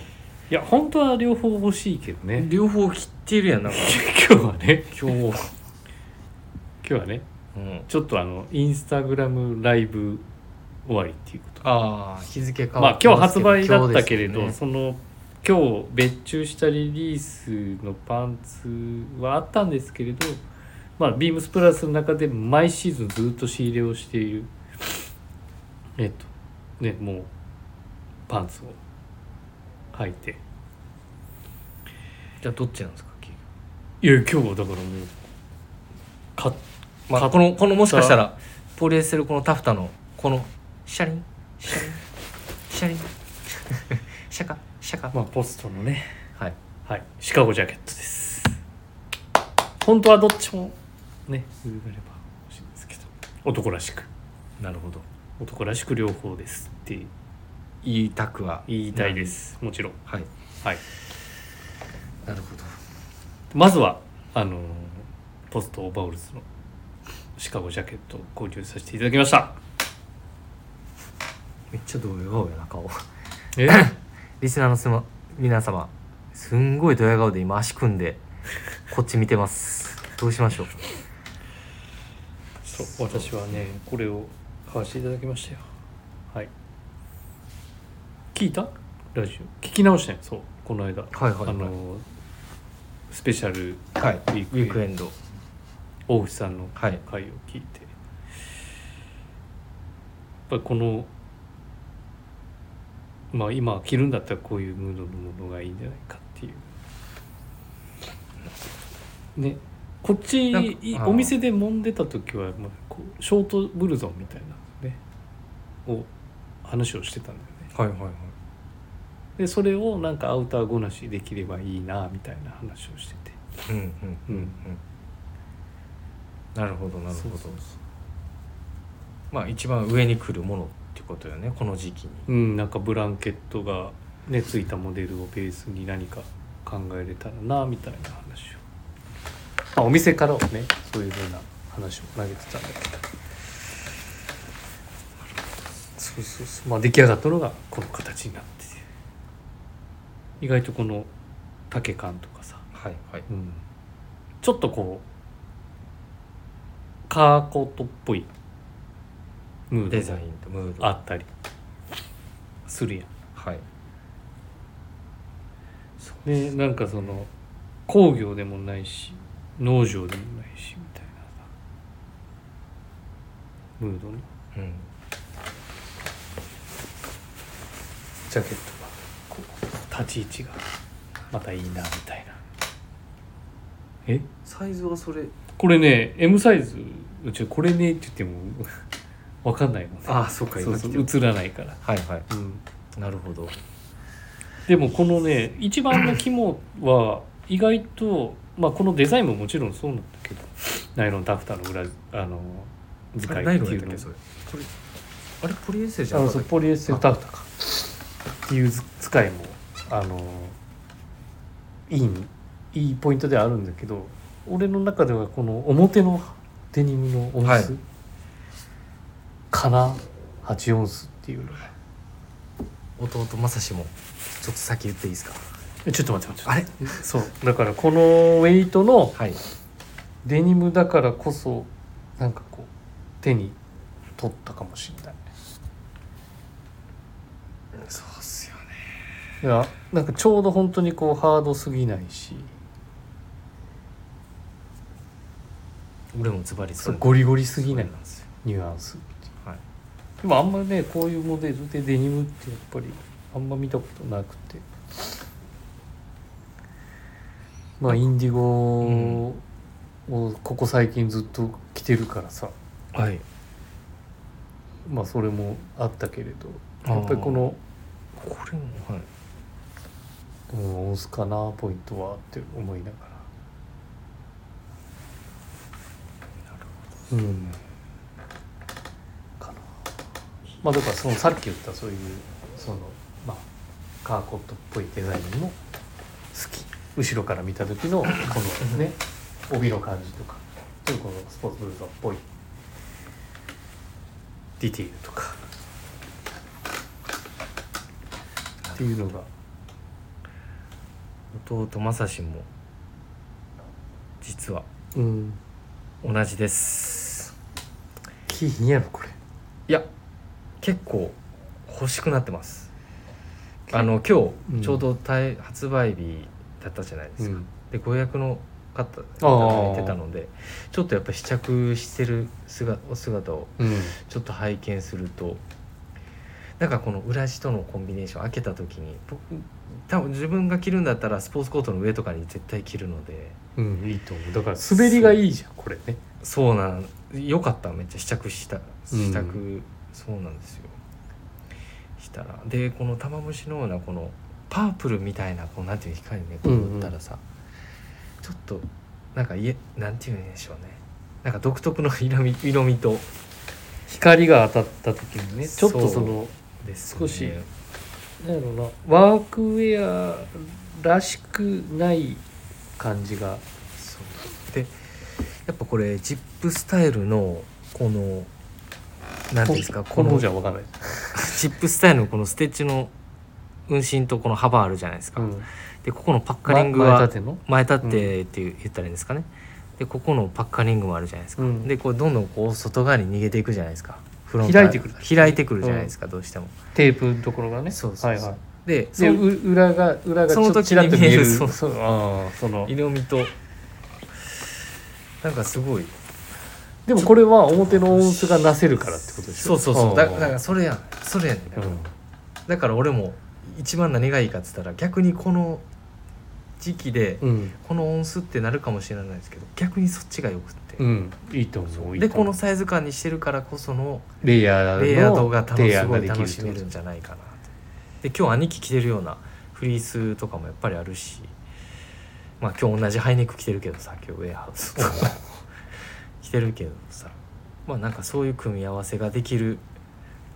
[SPEAKER 2] いや本当は両方欲しいけどね
[SPEAKER 1] 両方切ってるやんなんか
[SPEAKER 2] 今日はね
[SPEAKER 1] 今日も
[SPEAKER 2] 今日はね
[SPEAKER 1] うん
[SPEAKER 2] ちょっとあのインスタグラムライブ終わりっていうこと
[SPEAKER 1] ああ日付変
[SPEAKER 2] ま
[SPEAKER 1] わ
[SPEAKER 2] あ
[SPEAKER 1] って
[SPEAKER 2] 今日
[SPEAKER 1] ます
[SPEAKER 2] 発
[SPEAKER 1] けど
[SPEAKER 2] 売だったけれど、
[SPEAKER 1] 今日です
[SPEAKER 2] その今日別注したリリースのパンツはあったんですけれどまあビームスプラスの中で毎シーズンずっと仕入れをしているえっとねもうパンツを履いて
[SPEAKER 1] ねじゃあどっちなんですか結
[SPEAKER 2] い
[SPEAKER 1] 局
[SPEAKER 2] や今日はだからもう買っ
[SPEAKER 1] ま
[SPEAKER 2] 買
[SPEAKER 1] あ
[SPEAKER 2] っ
[SPEAKER 1] このこのもしかしたらポリエステルこのタフタのこのシャリンシャリンシャリン シャカシャカ
[SPEAKER 2] まあポストのね
[SPEAKER 1] はい
[SPEAKER 2] はい、シカゴジャケットです。本当はどっちもね、譲れば欲しいんですけど、男らしく、
[SPEAKER 1] なるほど
[SPEAKER 2] 男らしく両方ですって
[SPEAKER 1] 言いたくは
[SPEAKER 2] 言いたいです、もちろん。
[SPEAKER 1] はい
[SPEAKER 2] はい。
[SPEAKER 1] なるほど
[SPEAKER 2] まずは、あのーポストオーバーオールズのシカゴジャケットを購入させていただきました。
[SPEAKER 1] めっちゃドヤ顔やな顔
[SPEAKER 2] え
[SPEAKER 1] リスナーのすま皆様すんごいドヤ顔で今足組んでこっち見てますどうしましょう
[SPEAKER 2] そう、私はね、これを買わせていただきましたよ。はい。聞いたラジオ。聞き直したよ、そう、この間。
[SPEAKER 1] はいはいはい
[SPEAKER 2] あのースペシャル
[SPEAKER 1] はい
[SPEAKER 2] ウィー
[SPEAKER 1] ウ
[SPEAKER 2] クエンド
[SPEAKER 1] ィークエンド
[SPEAKER 2] 大内さんの
[SPEAKER 1] はい
[SPEAKER 2] 回を聞いて、やっぱりこのまあ今着るんだったらこういうムードのものがいいんじゃないかっていうねこっち
[SPEAKER 1] なんか
[SPEAKER 2] い
[SPEAKER 1] あー
[SPEAKER 2] お店で揉んでた時はもうこうショートブルゾンみたいなねを話をしてたんだよね
[SPEAKER 1] はいはいはい
[SPEAKER 2] でそれをなんかアウターごなしできればいいなみたいな話をしてて
[SPEAKER 1] うんうんうんうんなるほどなる
[SPEAKER 2] そ
[SPEAKER 1] ほど
[SPEAKER 2] うそうそう
[SPEAKER 1] まあ一番上に来るものってことよねこの時期に
[SPEAKER 2] うん、なんかブランケットが、ね、ついたモデルをベースに何か考えれたらなみたいな話を、まあ、お店からはねそういうふうな話を投げてたんだけどそうそうそうまあ出来上がったのがこの形になってて意外とこの丈感とかさ、
[SPEAKER 1] はいはい
[SPEAKER 2] うん、ちょっとこうカーコートっぽいムード
[SPEAKER 1] デザ
[SPEAKER 2] が
[SPEAKER 1] インとムード
[SPEAKER 2] あったりするやん
[SPEAKER 1] はい
[SPEAKER 2] ねなんかその工業でもないし農場でもないしみたいなさムードの
[SPEAKER 1] うん
[SPEAKER 2] ジャケットがこう立ち位置がまたいいなみたいなえ
[SPEAKER 1] サイズはそれ
[SPEAKER 2] これね M サイズうちこれねって言ってもわかんないもんね
[SPEAKER 1] ああそうか
[SPEAKER 2] そ
[SPEAKER 1] 今
[SPEAKER 2] う
[SPEAKER 1] 来
[SPEAKER 2] そ
[SPEAKER 1] て
[SPEAKER 2] う
[SPEAKER 1] る
[SPEAKER 2] 映らないから、
[SPEAKER 1] はいはい
[SPEAKER 2] うん、
[SPEAKER 1] なるほど
[SPEAKER 2] でもこのね一番の肝は意外と、まあ、このデザインももちろんそうなんだけどナイロンタフターの裏あの使い
[SPEAKER 1] あ
[SPEAKER 2] っ
[SPEAKER 1] ナ
[SPEAKER 2] て
[SPEAKER 1] イロ
[SPEAKER 2] い
[SPEAKER 1] ン
[SPEAKER 2] うの
[SPEAKER 1] やったっけそれこれあれポリエステルじゃ
[SPEAKER 2] あ
[SPEAKER 1] な
[SPEAKER 2] の
[SPEAKER 1] か
[SPEAKER 2] そう
[SPEAKER 1] ったっけ
[SPEAKER 2] ポリエステルタフターかっていう使いもあのいいいいポイントではあるんだけど俺の中ではこの表のデニムのオンス、
[SPEAKER 1] はい
[SPEAKER 2] かな8オンスっていうのが
[SPEAKER 1] 弟正志もちょっと先言っていいですか
[SPEAKER 2] えちょっと待って待って
[SPEAKER 1] あれ
[SPEAKER 2] そうだからこのウェイトの
[SPEAKER 1] はい
[SPEAKER 2] デニムだからこそなんかこう手に取ったかもしれない
[SPEAKER 1] そうっすよね
[SPEAKER 2] いやなんかちょうど本当にこうハードすぎないし
[SPEAKER 1] 俺もズバリ
[SPEAKER 2] そう
[SPEAKER 1] れ
[SPEAKER 2] ゴリゴリすぎ
[SPEAKER 1] そ
[SPEAKER 2] な
[SPEAKER 1] れ
[SPEAKER 2] い
[SPEAKER 1] んですよ
[SPEAKER 2] ニュアンス
[SPEAKER 1] はい
[SPEAKER 2] でもあんまねこういうモデルでデニムってやっぱりあんま見たことなくてまあインディゴをここ最近ずっと着てるからさ
[SPEAKER 1] はい
[SPEAKER 2] まあそれもあったけれ
[SPEAKER 1] あー
[SPEAKER 2] どやっぱりこの
[SPEAKER 1] これもはい
[SPEAKER 2] うん、押すかなポイントはって思いながらうんかなまあだからそのさっき言ったそういうそのまあカーコットっぽいデザインも好き後ろから見た時のこのね帯の感じとかちょっとこのスポーツブルーザーっぽいディティールとかっていうのが
[SPEAKER 1] 弟正志も実は
[SPEAKER 2] うん
[SPEAKER 1] 同じです
[SPEAKER 2] キーひんやろこれ
[SPEAKER 1] いや結構欲しくなってますあの今
[SPEAKER 2] うん
[SPEAKER 1] 日ちょうど対発売日だったじゃないです
[SPEAKER 2] う
[SPEAKER 1] か、
[SPEAKER 2] ん
[SPEAKER 1] でご予約の方
[SPEAKER 2] あ
[SPEAKER 1] が
[SPEAKER 2] ー
[SPEAKER 1] いてたのでちょっとやっぱ試着してる姿お姿を
[SPEAKER 2] うん
[SPEAKER 1] ちょっと拝見するとなんかこの裏地とのコンビネーション開けた時に僕多分自分が着るんだったらスポーツコートの上とかに絶対着るので
[SPEAKER 2] うん、いいと思うだから滑りがいいじゃんこれね
[SPEAKER 1] そうなん良かっためっちゃ試着した
[SPEAKER 2] うん
[SPEAKER 1] 試着、そうなんですよしたらでこの玉虫のようなこのパープルみたいなこうなんていうの光ねこう
[SPEAKER 2] うんうん
[SPEAKER 1] 打ったらさ、ちょっとなんかいえなんていうんでしょうねなんか独特の色味色味と
[SPEAKER 2] 光が当たった時にねちょっとその
[SPEAKER 1] です、ね、
[SPEAKER 2] 少しなんやろなワークウェアらしくない感じが
[SPEAKER 1] そうでやっぱこれジップスタイルのこの何ていうんですか
[SPEAKER 2] この方じゃ分かんない、
[SPEAKER 1] チップスタイルのこのステッチの運針とこの幅あるじゃないですか、
[SPEAKER 2] うん、
[SPEAKER 1] でここのパッカリング
[SPEAKER 2] ま前
[SPEAKER 1] は
[SPEAKER 2] 立ての
[SPEAKER 1] 前立ってっていう言ったらいいんですかねでここのパッカリングもあるじゃないですか、
[SPEAKER 2] うん
[SPEAKER 1] でこうどんどんこう外側に逃げていくじゃないですかフ
[SPEAKER 2] 開いてくる
[SPEAKER 1] 開いてくるじゃないですか、どうしても
[SPEAKER 2] テープのところがね
[SPEAKER 1] そうそうそう
[SPEAKER 2] はいはい
[SPEAKER 1] でそ
[SPEAKER 2] で
[SPEAKER 1] の
[SPEAKER 2] う裏が裏がち
[SPEAKER 1] その
[SPEAKER 2] ょっと
[SPEAKER 1] 時に
[SPEAKER 2] ちらっと見え
[SPEAKER 1] 見え
[SPEAKER 2] る
[SPEAKER 1] るそう
[SPEAKER 2] そうあーその
[SPEAKER 1] 色味となんかすごい
[SPEAKER 2] でもこれは表の音符がなせるからってことでし
[SPEAKER 1] そ
[SPEAKER 2] ょ
[SPEAKER 1] うそうそうだ
[SPEAKER 2] あー
[SPEAKER 1] だからそれやんそれやねん
[SPEAKER 2] うん
[SPEAKER 1] だから俺も一番何がいいかっつったら逆にこの時期で
[SPEAKER 2] うん、
[SPEAKER 1] この音数ってなるかもしれないですけど逆にそっちがよくって、
[SPEAKER 2] うん、いいと思ういい
[SPEAKER 1] で
[SPEAKER 2] と思
[SPEAKER 1] こ
[SPEAKER 2] う
[SPEAKER 1] のサイズ感にしてるからこその
[SPEAKER 2] レイヤーの
[SPEAKER 1] レイヤードが楽
[SPEAKER 2] 提
[SPEAKER 1] す
[SPEAKER 2] 案
[SPEAKER 1] ご
[SPEAKER 2] が
[SPEAKER 1] い
[SPEAKER 2] でき
[SPEAKER 1] 楽
[SPEAKER 2] る
[SPEAKER 1] しめるんじゃないかなってで今日兄貴着てるようなフリースとかもやっぱりあるしまあ今日同じハイネック着てるけどさ今日ウェアハウス着てるけどさまあなんかそういう組み合わせができる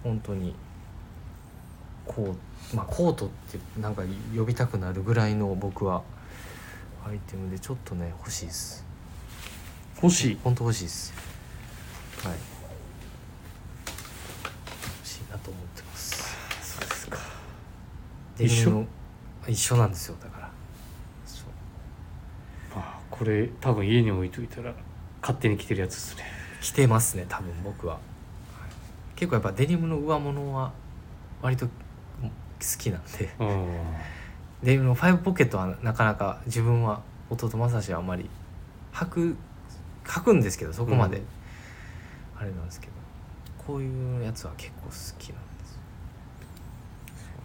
[SPEAKER 1] 本当にこうまあコートってなんか呼びたくなるぐらいの僕はアイテムでちょっとね欲しいです
[SPEAKER 2] 欲しい
[SPEAKER 1] 本当欲しいですはい欲しいなと思ってますそうですか
[SPEAKER 2] 一緒
[SPEAKER 1] 一緒なんですよだからそう
[SPEAKER 2] あーこれ多分家に置いといたら勝手に着てるやつですね
[SPEAKER 1] 着てますね多分僕は、はい結構やっぱデニムの上物は割と好きなんで
[SPEAKER 2] うん
[SPEAKER 1] デニムのファイブポケットはなかなか自分は弟正志はあんまり履く履くんですけどそこまで、
[SPEAKER 2] うん
[SPEAKER 1] あれなんですけどこういうやつは結構好きなんですよ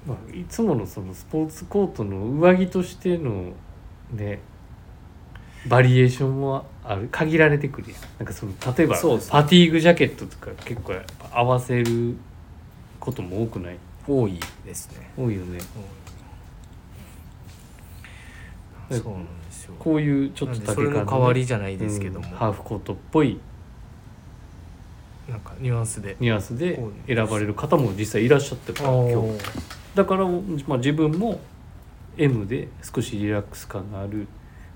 [SPEAKER 2] まあ、いつものそのスポーツコートの上着としてのねバリエーションもある限られてくるやんなんかその例えば
[SPEAKER 1] そうですね
[SPEAKER 2] パティーグジャケットとか結構やっぱ合わせることも多くない
[SPEAKER 1] 多いですね
[SPEAKER 2] 多いよね
[SPEAKER 1] 多
[SPEAKER 2] え
[SPEAKER 1] いそうなんですよ
[SPEAKER 2] こういうちょっと
[SPEAKER 1] なん
[SPEAKER 2] 丈
[SPEAKER 1] でそれの
[SPEAKER 2] 感
[SPEAKER 1] 代わり
[SPEAKER 2] ね
[SPEAKER 1] じゃないですけども、
[SPEAKER 2] うんハーフコートっぽい
[SPEAKER 1] なんかニュアンスで
[SPEAKER 2] ニュアンスで
[SPEAKER 1] こう
[SPEAKER 2] 選ばれる方も実際いらっしゃってるから今日
[SPEAKER 1] 今日
[SPEAKER 2] だから、まあ、自分も M で少しリラックス感のある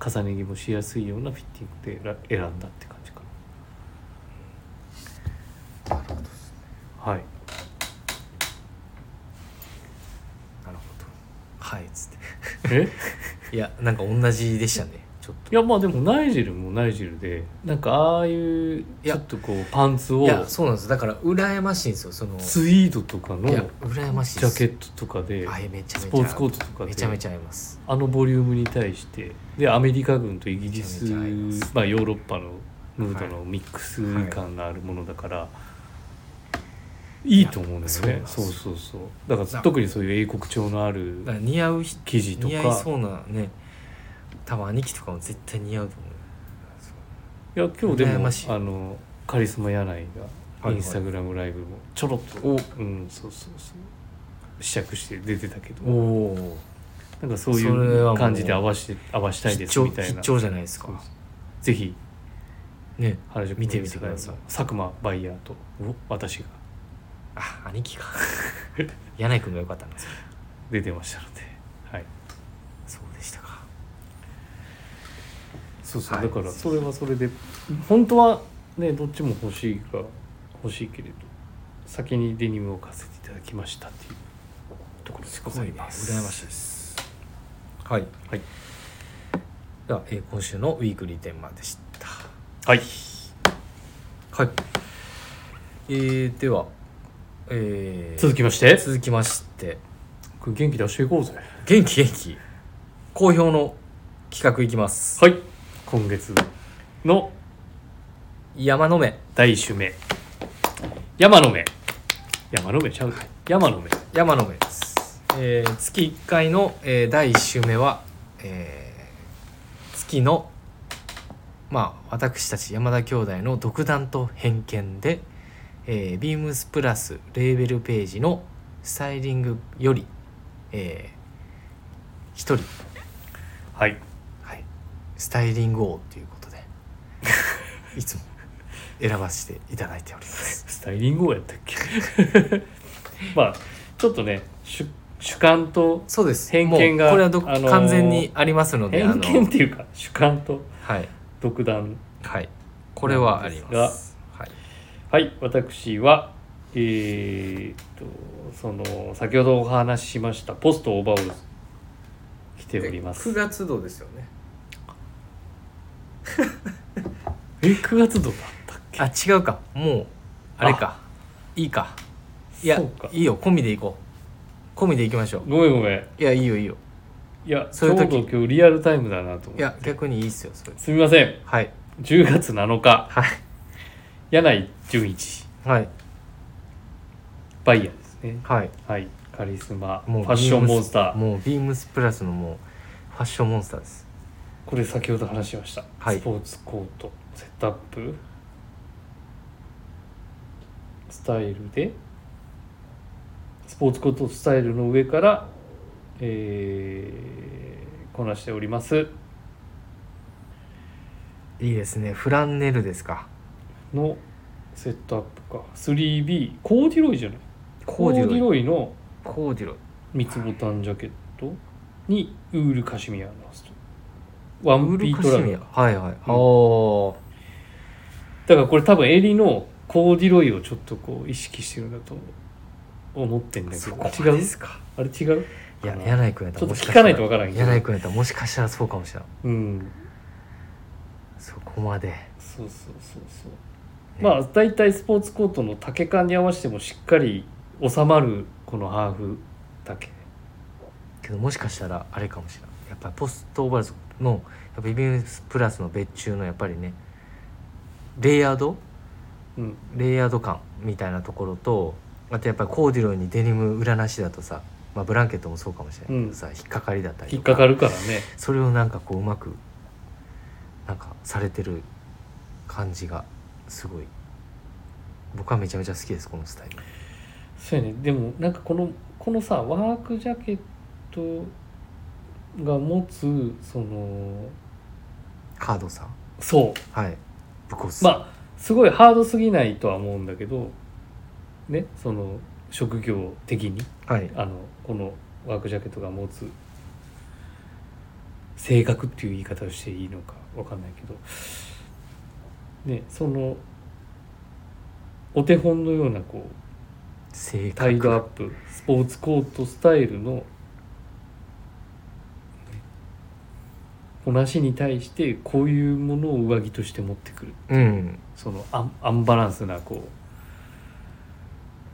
[SPEAKER 2] 重ね着もしやすいようなフィッティングで選選んだって感じかな。
[SPEAKER 1] なるほど
[SPEAKER 2] はい、
[SPEAKER 1] なるほどはいっつっ
[SPEAKER 2] え
[SPEAKER 1] ていやなんか同じでしたねちょっ
[SPEAKER 2] いやまあでもナイジェルもナイジェルでなんかああいう
[SPEAKER 1] い
[SPEAKER 2] ちょ
[SPEAKER 1] や
[SPEAKER 2] っとこうパンツ
[SPEAKER 1] と
[SPEAKER 2] を
[SPEAKER 1] いやそうなんですだから羨ましいんですよその
[SPEAKER 2] ツイードとかの
[SPEAKER 1] い
[SPEAKER 2] ジ
[SPEAKER 1] や羨ましいで
[SPEAKER 2] ャ
[SPEAKER 1] す
[SPEAKER 2] ケットとかで
[SPEAKER 1] あいやめちゃめちゃ
[SPEAKER 2] スポーツコートとかで
[SPEAKER 1] めちゃめちゃ合います
[SPEAKER 2] あのボリュームに対してでアメリカ軍とイギリス
[SPEAKER 1] めちゃめちゃ合います
[SPEAKER 2] まあ、ヨーロッパのムードのミックス
[SPEAKER 1] はい
[SPEAKER 2] 感があるものだから、
[SPEAKER 1] い
[SPEAKER 2] い、いと思うんだよ
[SPEAKER 1] そうなん
[SPEAKER 2] ね
[SPEAKER 1] です
[SPEAKER 2] そうそうそうだから特にそういう英国調のある
[SPEAKER 1] だから似合う人
[SPEAKER 2] 生地と
[SPEAKER 1] 似合い
[SPEAKER 2] か
[SPEAKER 1] そうなね多分兄貴とかも絶対似合うと思う
[SPEAKER 2] いや今日で
[SPEAKER 1] 羨
[SPEAKER 2] も
[SPEAKER 1] ましい
[SPEAKER 2] あのカリスマ柳井
[SPEAKER 1] いは
[SPEAKER 2] が
[SPEAKER 1] い
[SPEAKER 2] インスタグラムライブもちょろっと、
[SPEAKER 1] お
[SPEAKER 2] うんそうそうそう試着して出てたけど
[SPEAKER 1] おお
[SPEAKER 2] なんかそうい
[SPEAKER 1] それはも
[SPEAKER 2] う
[SPEAKER 1] う
[SPEAKER 2] 感じで合わして合わしたい
[SPEAKER 1] 必
[SPEAKER 2] です
[SPEAKER 1] 聴
[SPEAKER 2] みたい
[SPEAKER 1] 必
[SPEAKER 2] な
[SPEAKER 1] 聴じゃないですか
[SPEAKER 2] そうぜひ
[SPEAKER 1] ね
[SPEAKER 2] 原宿
[SPEAKER 1] 見てみてください
[SPEAKER 2] 佐久間バイヤーと私が
[SPEAKER 1] あ兄 貴か柳井君が良かったんですよ
[SPEAKER 2] 出てましたので、はい、
[SPEAKER 1] そうでしたか
[SPEAKER 2] そう
[SPEAKER 1] そう
[SPEAKER 2] だから
[SPEAKER 1] はい
[SPEAKER 2] それはそれで本当はねどっちも欲しいが欲しいけれど先にデニムを買わせていただきましたっていうところですご
[SPEAKER 1] ごい
[SPEAKER 2] ざい
[SPEAKER 1] ね
[SPEAKER 2] ます。
[SPEAKER 1] 羨ましいですはい、
[SPEAKER 2] はい、
[SPEAKER 1] では、えー今週のウィークリーテーマでした
[SPEAKER 2] はい
[SPEAKER 1] はいえー、では、えー、
[SPEAKER 2] 続きまして
[SPEAKER 1] 続きまして
[SPEAKER 2] これ元気出していこうぜ
[SPEAKER 1] 元気元気好評の企画いきます、
[SPEAKER 2] はい今月の
[SPEAKER 1] 山の目
[SPEAKER 2] 第一週目山の目山の目ちゃう、山の目
[SPEAKER 1] 山の目です、えー月1回の、えー第1週目は、えー月のまあ私たち山田兄弟の独断と偏見で、えー、ビームスプラスレーベルページのスタイリングより、えー、一人、
[SPEAKER 2] はい
[SPEAKER 1] はい、スタイリング王ということ でいつも選ばせていただいております。
[SPEAKER 2] スタイリングをやったっけ まあちょっとね主主観と
[SPEAKER 1] そうです
[SPEAKER 2] 偏見が
[SPEAKER 1] もうこれはど、
[SPEAKER 2] あのー
[SPEAKER 1] 完全にありますのであ
[SPEAKER 2] 偏
[SPEAKER 1] の
[SPEAKER 2] 見っていうか主観と
[SPEAKER 1] はい
[SPEAKER 2] 独断
[SPEAKER 1] はい。これはあり
[SPEAKER 2] なん
[SPEAKER 1] ま。
[SPEAKER 2] です
[SPEAKER 1] はい。
[SPEAKER 2] はい私はえーっとその先ほどお話ししましたポストオーバーオール来ております
[SPEAKER 1] 9月度ですよね。
[SPEAKER 2] え9月度だったっけ
[SPEAKER 1] あ、違うか。もう、あれか。いいか。いや
[SPEAKER 2] そうか、
[SPEAKER 1] いいよ。込みでいこう。込みでいきましょう。
[SPEAKER 2] ごめんごめん
[SPEAKER 1] いや、いいよ、いいよ。
[SPEAKER 2] いや
[SPEAKER 1] そういう時
[SPEAKER 2] ちょうど今日リアルタイムだなと思っ
[SPEAKER 1] い
[SPEAKER 2] て
[SPEAKER 1] や、逆にいいっすよ、それ。
[SPEAKER 2] すみません
[SPEAKER 1] はい。
[SPEAKER 2] 10月7日
[SPEAKER 1] はい。
[SPEAKER 2] 柳井純一
[SPEAKER 1] はい。
[SPEAKER 2] バイヤーですね
[SPEAKER 1] はい。
[SPEAKER 2] はいカリスマフ
[SPEAKER 1] も
[SPEAKER 2] ァ
[SPEAKER 1] う、
[SPEAKER 2] ッションモンスター
[SPEAKER 1] ビもう、ビームスプラスのもう、ファッションモンスターです。
[SPEAKER 2] これ先ほど話しました、
[SPEAKER 1] はい
[SPEAKER 2] スポーツコートセットアップスタイルでスポーツコートスタイルの上から、えーこなしております
[SPEAKER 1] いいですね。フランネルですか。
[SPEAKER 2] のセットアップか 3B コーディロイじゃない
[SPEAKER 1] コーデ
[SPEAKER 2] コー
[SPEAKER 1] ィ
[SPEAKER 2] ディ
[SPEAKER 1] ロイ。
[SPEAKER 2] ロイの
[SPEAKER 1] コーディロイ。
[SPEAKER 2] 三つボタンジャケットにウールカシミヤのストワン
[SPEAKER 1] ウー
[SPEAKER 2] ピ
[SPEAKER 1] ル
[SPEAKER 2] ー
[SPEAKER 1] カ
[SPEAKER 2] ト
[SPEAKER 1] シ
[SPEAKER 2] ラ
[SPEAKER 1] ミ
[SPEAKER 2] グ
[SPEAKER 1] ヤ。はいはい。おー。
[SPEAKER 2] だからこれ多分襟のコーディロイをちょっとこう意識してるんだと思ってんだけ
[SPEAKER 1] そ
[SPEAKER 2] ど
[SPEAKER 1] こ
[SPEAKER 2] 違
[SPEAKER 1] まで
[SPEAKER 2] う
[SPEAKER 1] ですか。
[SPEAKER 2] あれ違う
[SPEAKER 1] いや、
[SPEAKER 2] かな
[SPEAKER 1] 柳井君やった
[SPEAKER 2] ちょ
[SPEAKER 1] ら
[SPEAKER 2] っと
[SPEAKER 1] も
[SPEAKER 2] 聞
[SPEAKER 1] しした
[SPEAKER 2] からないとわからんけど
[SPEAKER 1] 柳井君やったらもしかしたらそうかもしれない
[SPEAKER 2] うん
[SPEAKER 1] そこまで、
[SPEAKER 2] そうそうそうそう、まあ大体スポーツコートの丈感に合わせてもしっかり収まるこのハーフ丈
[SPEAKER 1] けどもしかしたらあれかもしれないやっぱりポストオーバーズのやっぱビビンスプラスの別注のやっぱりねレイヤード
[SPEAKER 2] うん
[SPEAKER 1] レイヤード感みたいなところとあとやっぱりコーディロイにデニム裏なしだとさ、まあ、ブランケットもそうかもしれないけどさ、引っかかりだったりと
[SPEAKER 2] 引っかかるからね
[SPEAKER 1] それをなんかこううまくなんかされてる感じがすごい僕はめちゃめちゃ好きですこのスタイル
[SPEAKER 2] そうやねでもなんかこのこのさワークジャケットが持つその
[SPEAKER 1] カードさん
[SPEAKER 2] そう
[SPEAKER 1] はいブコス
[SPEAKER 2] まあすごいハードすぎないとは思うんだけどねその職業的に
[SPEAKER 1] はい
[SPEAKER 2] あのこのワークジャケットが持つ性格っていう言い方をしていいのかわかんないけどねそのお手本のようなこう
[SPEAKER 1] 性格
[SPEAKER 2] タイドアップスポーツコートスタイルのねこなしに対してこういうものを上着として持ってくる
[SPEAKER 1] うん
[SPEAKER 2] そのアンアンバランスなこ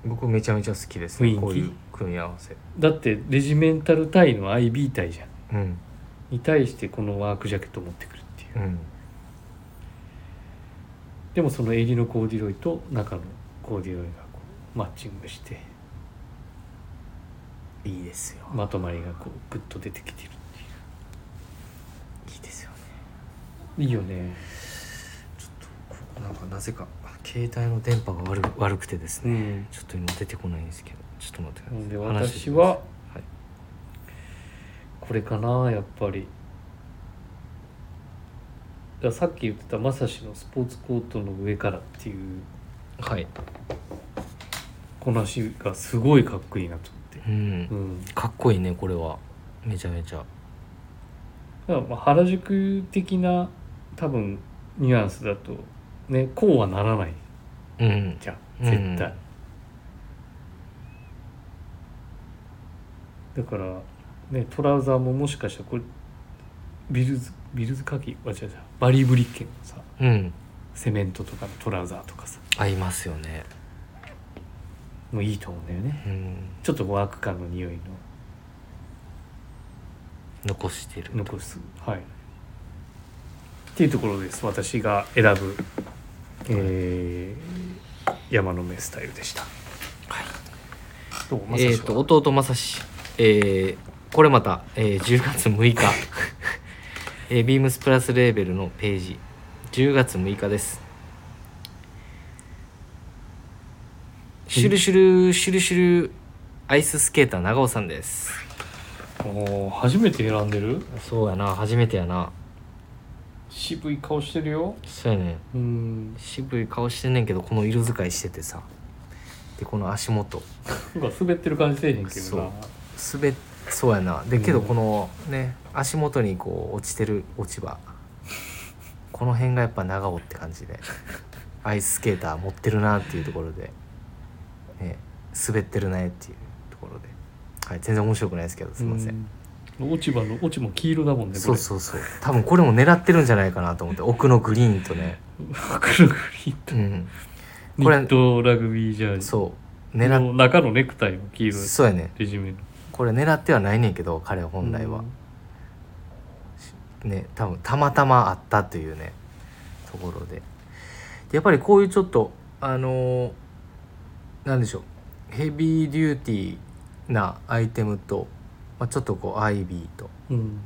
[SPEAKER 1] 僕めちゃめちゃ好きです
[SPEAKER 2] 雰囲気
[SPEAKER 1] こういう組み合わせ
[SPEAKER 2] うだってレジメンタルタイの IB タイじゃん
[SPEAKER 1] うん
[SPEAKER 2] に対してこのワークジャケットを持ってくるっていう
[SPEAKER 1] うん
[SPEAKER 2] でもその襟のコーディロイと中のコーディロイがこうマッチングして
[SPEAKER 1] いいですよ
[SPEAKER 2] まとまりがこうグッと出てきてるっていう
[SPEAKER 1] いいですよね
[SPEAKER 2] いいよね
[SPEAKER 1] なんかなぜか携帯の電波が悪く悪くてですね
[SPEAKER 2] ん
[SPEAKER 1] ちょっと今出てこないんですけどちょっと待ってください
[SPEAKER 2] で
[SPEAKER 1] 話して
[SPEAKER 2] 私
[SPEAKER 1] ください
[SPEAKER 2] は
[SPEAKER 1] はい
[SPEAKER 2] これかなやっぱりだからさっき言ってたまさしのスポーツコートの上からっていう
[SPEAKER 1] はい
[SPEAKER 2] こなしがすごいかっこいいなと思
[SPEAKER 1] う
[SPEAKER 2] って、
[SPEAKER 1] ん
[SPEAKER 2] うん、
[SPEAKER 1] かっこいいねこれはめちゃめちゃ
[SPEAKER 2] だからまあ原宿的な多分ニュアンスだとねこうはならない
[SPEAKER 1] うん
[SPEAKER 2] じゃん
[SPEAKER 1] うん
[SPEAKER 2] 絶対、だからねトラウザーももしかしたらこれビルズビルズカキあ違う違うバリー・ブリッケンのさ
[SPEAKER 1] うん
[SPEAKER 2] セメントとかのトラウザーとかさ
[SPEAKER 1] 合いますよね
[SPEAKER 2] もういいと思うんだよね
[SPEAKER 1] うん
[SPEAKER 2] ちょっとワーク感の匂いの
[SPEAKER 1] 残してる
[SPEAKER 2] 残すはいっていうところです私が選ぶ、えー山の目スタイルでした
[SPEAKER 1] はい
[SPEAKER 2] どうまさ
[SPEAKER 1] え
[SPEAKER 2] し
[SPEAKER 1] っ、
[SPEAKER 2] は
[SPEAKER 1] と弟正志、えーこれまた、えー10月6日、 えービームスプラスレーベルのページ10月6日ですシュルシュルシュルシュルアイススケーター長尾さんです
[SPEAKER 2] おー初めて選んでる
[SPEAKER 1] そうやな初めてやな
[SPEAKER 2] 渋い顔してるよ
[SPEAKER 1] そうやね
[SPEAKER 2] う
[SPEAKER 1] ん
[SPEAKER 2] ん
[SPEAKER 1] 渋い顔してんねんけどこの色使いしててさでこの足元
[SPEAKER 2] なんか滑ってる感じせえへんけど
[SPEAKER 1] そ
[SPEAKER 2] な
[SPEAKER 1] う滑っそうやなでけど
[SPEAKER 2] うん
[SPEAKER 1] このね、足元にこう落ちてる落ち葉この辺がやっぱ長尾って感じでアイススケーター持ってるなっていうところで、ね、滑ってるねっていうところで、はい、全然面白くないですけどすいません、
[SPEAKER 2] うん落ち葉の落ちも黄色だもんねこれ
[SPEAKER 1] そうそうそう多分これも狙ってるんじゃないかなと思って奥のグリーンとね、
[SPEAKER 2] 黒グリーンと
[SPEAKER 1] うん、
[SPEAKER 2] ニ
[SPEAKER 1] これ
[SPEAKER 2] ットラグビージャージ
[SPEAKER 1] そう狙っ
[SPEAKER 2] の中のネクタイも黄色い
[SPEAKER 1] そうやね
[SPEAKER 2] レジメの
[SPEAKER 1] これ狙ってはないねんけど彼は本来は。ね多分たまたまあったというねところでやっぱりこういうちょっとあのーなんでしょうヘビーデューティーなアイテムと、まあ、ちょっとこうアイビーと
[SPEAKER 2] うん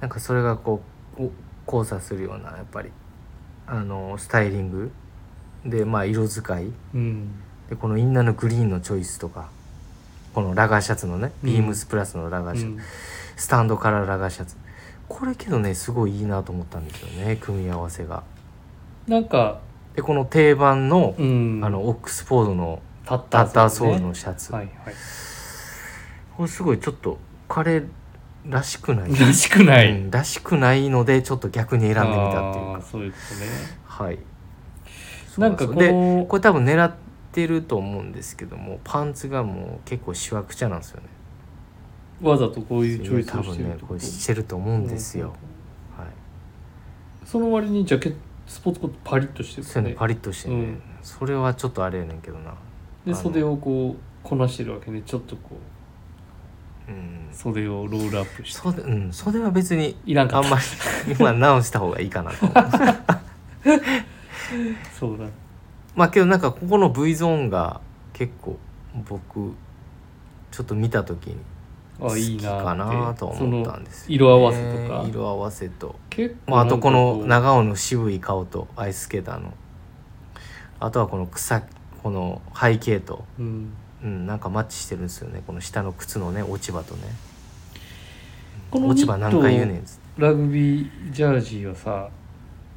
[SPEAKER 1] なんかそれがこうお交差するようなやっぱりあのースタイリングでまあ色使い
[SPEAKER 2] うん
[SPEAKER 1] でこのインナーのグリーンのチョイスとかこのラガーシャツのね、
[SPEAKER 2] うん
[SPEAKER 1] ビームスプラスのラガーシャツ、スタンドからラガーシャツこれけどねすごいいいなと思ったんですよね組み合わせが
[SPEAKER 2] なんか、
[SPEAKER 1] でこの定番の,、
[SPEAKER 2] うん、
[SPEAKER 1] あのオックスフォードの
[SPEAKER 2] タッ
[SPEAKER 1] タッター
[SPEAKER 2] ソ
[SPEAKER 1] ソ
[SPEAKER 2] ー
[SPEAKER 1] ー
[SPEAKER 2] ル
[SPEAKER 1] ル
[SPEAKER 2] ね
[SPEAKER 1] のシャツ、
[SPEAKER 2] はいはい
[SPEAKER 1] これすごいちょっと彼らし くない、
[SPEAKER 2] らしくない、
[SPEAKER 1] うんらしくないのでちょっと逆に選んでみたっていう
[SPEAKER 2] あー
[SPEAKER 1] か
[SPEAKER 2] そういうことね
[SPEAKER 1] はい
[SPEAKER 2] なんか
[SPEAKER 1] そう
[SPEAKER 2] こ
[SPEAKER 1] そうで
[SPEAKER 2] の
[SPEAKER 1] これ多分狙ってると思うんですけどもパンツがもう結構しわくちゃなんですよね
[SPEAKER 2] わざとこういうチョイス
[SPEAKER 1] 多
[SPEAKER 2] をし
[SPEAKER 1] 分
[SPEAKER 2] てる
[SPEAKER 1] ね
[SPEAKER 2] って
[SPEAKER 1] こ
[SPEAKER 2] こ
[SPEAKER 1] れ
[SPEAKER 2] と
[SPEAKER 1] してると思うんですよ、はい
[SPEAKER 2] その割にジャケットスポーツコートパリッとして
[SPEAKER 1] そ
[SPEAKER 2] る
[SPEAKER 1] うね
[SPEAKER 2] ね
[SPEAKER 1] パリッとしてね、
[SPEAKER 2] うん
[SPEAKER 1] それはちょっとあれやねんけどな
[SPEAKER 2] で
[SPEAKER 1] あの
[SPEAKER 2] 袖をこうこなしてるわけねちょっとこう
[SPEAKER 1] うん
[SPEAKER 2] 袖をロールアップして
[SPEAKER 1] 袖うん袖は別に
[SPEAKER 2] いらんか
[SPEAKER 1] あ
[SPEAKER 2] っ
[SPEAKER 1] ん
[SPEAKER 2] た
[SPEAKER 1] まり今直した方がいいかなと思 う
[SPEAKER 2] そうだ
[SPEAKER 1] まあけどなんかここの V ゾーンが結構僕ちょっと見た時に
[SPEAKER 2] あいいなーって
[SPEAKER 1] かなとは思ったんですよね、
[SPEAKER 2] その色合わせとか、
[SPEAKER 1] 色合わせと、
[SPEAKER 2] 結構
[SPEAKER 1] まあ、
[SPEAKER 2] な
[SPEAKER 1] あ
[SPEAKER 2] んか
[SPEAKER 1] とこの長尾の渋い顔とアイススケーターのあとはこの草この背景と、
[SPEAKER 2] うん、
[SPEAKER 1] うん、なんかマッチしてるんですよねこの下の靴のね落ち葉とね
[SPEAKER 2] この
[SPEAKER 1] 落
[SPEAKER 2] ニ
[SPEAKER 1] ち葉
[SPEAKER 2] ッ
[SPEAKER 1] 何回言うね
[SPEAKER 2] ト
[SPEAKER 1] んっつって
[SPEAKER 2] ラグビージャージーはさ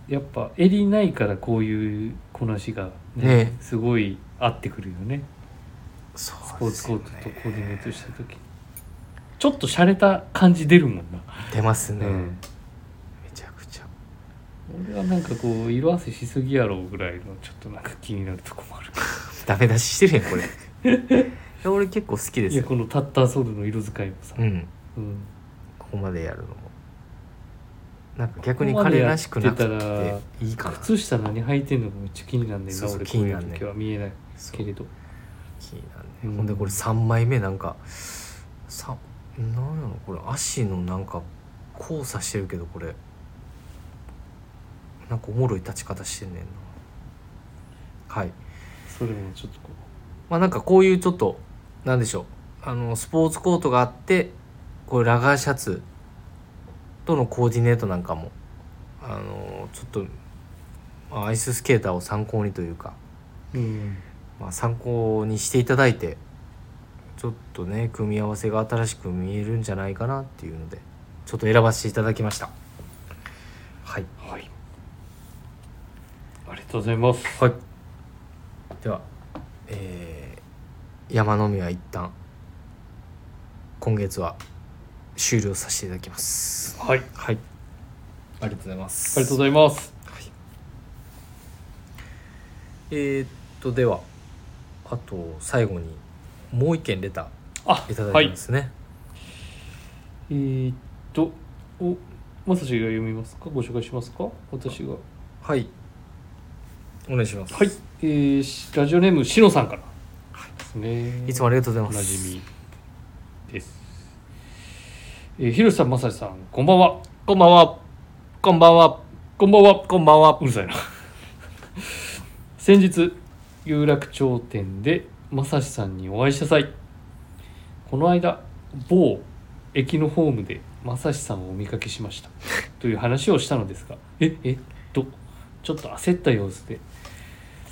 [SPEAKER 2] やっぱ襟ないからこういうこなしがね
[SPEAKER 1] ね
[SPEAKER 2] すごい合ってくるよね
[SPEAKER 1] ス
[SPEAKER 2] スポーツコートとコーディネートした時ちょっと洒落た感じ出るもんな、
[SPEAKER 1] 出ますね、
[SPEAKER 2] うん
[SPEAKER 1] めちゃくちゃ
[SPEAKER 2] 俺はなんかこう色あせしすぎやろうぐらいのちょっとなんか気になるとこもあるか
[SPEAKER 1] ダメ出ししてるやんこ れいや俺結構好き
[SPEAKER 2] らい
[SPEAKER 1] です
[SPEAKER 2] や
[SPEAKER 1] よ
[SPEAKER 2] このタッターソールの色使いもさ、
[SPEAKER 1] うん
[SPEAKER 2] うん
[SPEAKER 1] ここまでやるのもなんか逆に彼らしくなく
[SPEAKER 2] ここまでやって
[SPEAKER 1] ていいかな
[SPEAKER 2] 靴下何履いてんのかめっちゃ気になんねん
[SPEAKER 1] そ
[SPEAKER 2] な
[SPEAKER 1] うそう
[SPEAKER 2] 俺こ
[SPEAKER 1] 気
[SPEAKER 2] う
[SPEAKER 1] に
[SPEAKER 2] い
[SPEAKER 1] なんねん
[SPEAKER 2] う時は見えない
[SPEAKER 1] そう
[SPEAKER 2] けれど
[SPEAKER 1] 気になんね、
[SPEAKER 2] うん
[SPEAKER 1] ほんでこれ3枚目なんかさなんやろこれ足のなんか交差してるけどこれなんかおもろい立ち方してんねんなはい
[SPEAKER 2] それもちょっとこ
[SPEAKER 1] まあなんかこういうちょっとなんでしょうあのスポーツコートがあってこういうラガーシャツとのコーディネートなんかもあのちょっと、まあアイススケーターを参考にというか、
[SPEAKER 2] う、うん、
[SPEAKER 1] まあ、参考にしていただいてちょっとね組み合わせが新しく見えるんじゃないかなっていうのでちょっと選ばせていただきましたはい、
[SPEAKER 2] はいありがとうございます
[SPEAKER 1] はい、では、えー山のみは一旦今月は終了させていただきます
[SPEAKER 2] はいあ
[SPEAKER 1] はいありがとうございます
[SPEAKER 2] りがとうございます
[SPEAKER 1] えーっとではあと最後にもう一件レタ
[SPEAKER 2] あ
[SPEAKER 1] ーいただ
[SPEAKER 2] はい
[SPEAKER 1] て
[SPEAKER 2] い
[SPEAKER 1] ますね、
[SPEAKER 2] えー、っとおまさしが読みますかご紹介しますか私が
[SPEAKER 1] はい。お願いします。
[SPEAKER 2] はい、えーしラジオネームしのさんからですね
[SPEAKER 1] いつもありがとうござい
[SPEAKER 2] お
[SPEAKER 1] ます。
[SPEAKER 2] なじみです。えー、ひろしさん、まさしさん、こんばんは。
[SPEAKER 1] こんばんは。こんばんは。
[SPEAKER 2] こんばんは。
[SPEAKER 1] こんばんは
[SPEAKER 2] う。るさいな。先日、有楽町店でまさしさんにお会いした際、この間、某駅のホームでまさしさんをお見かけしました。という話をしたのですが、え、えっと、ちょっと焦った様子で、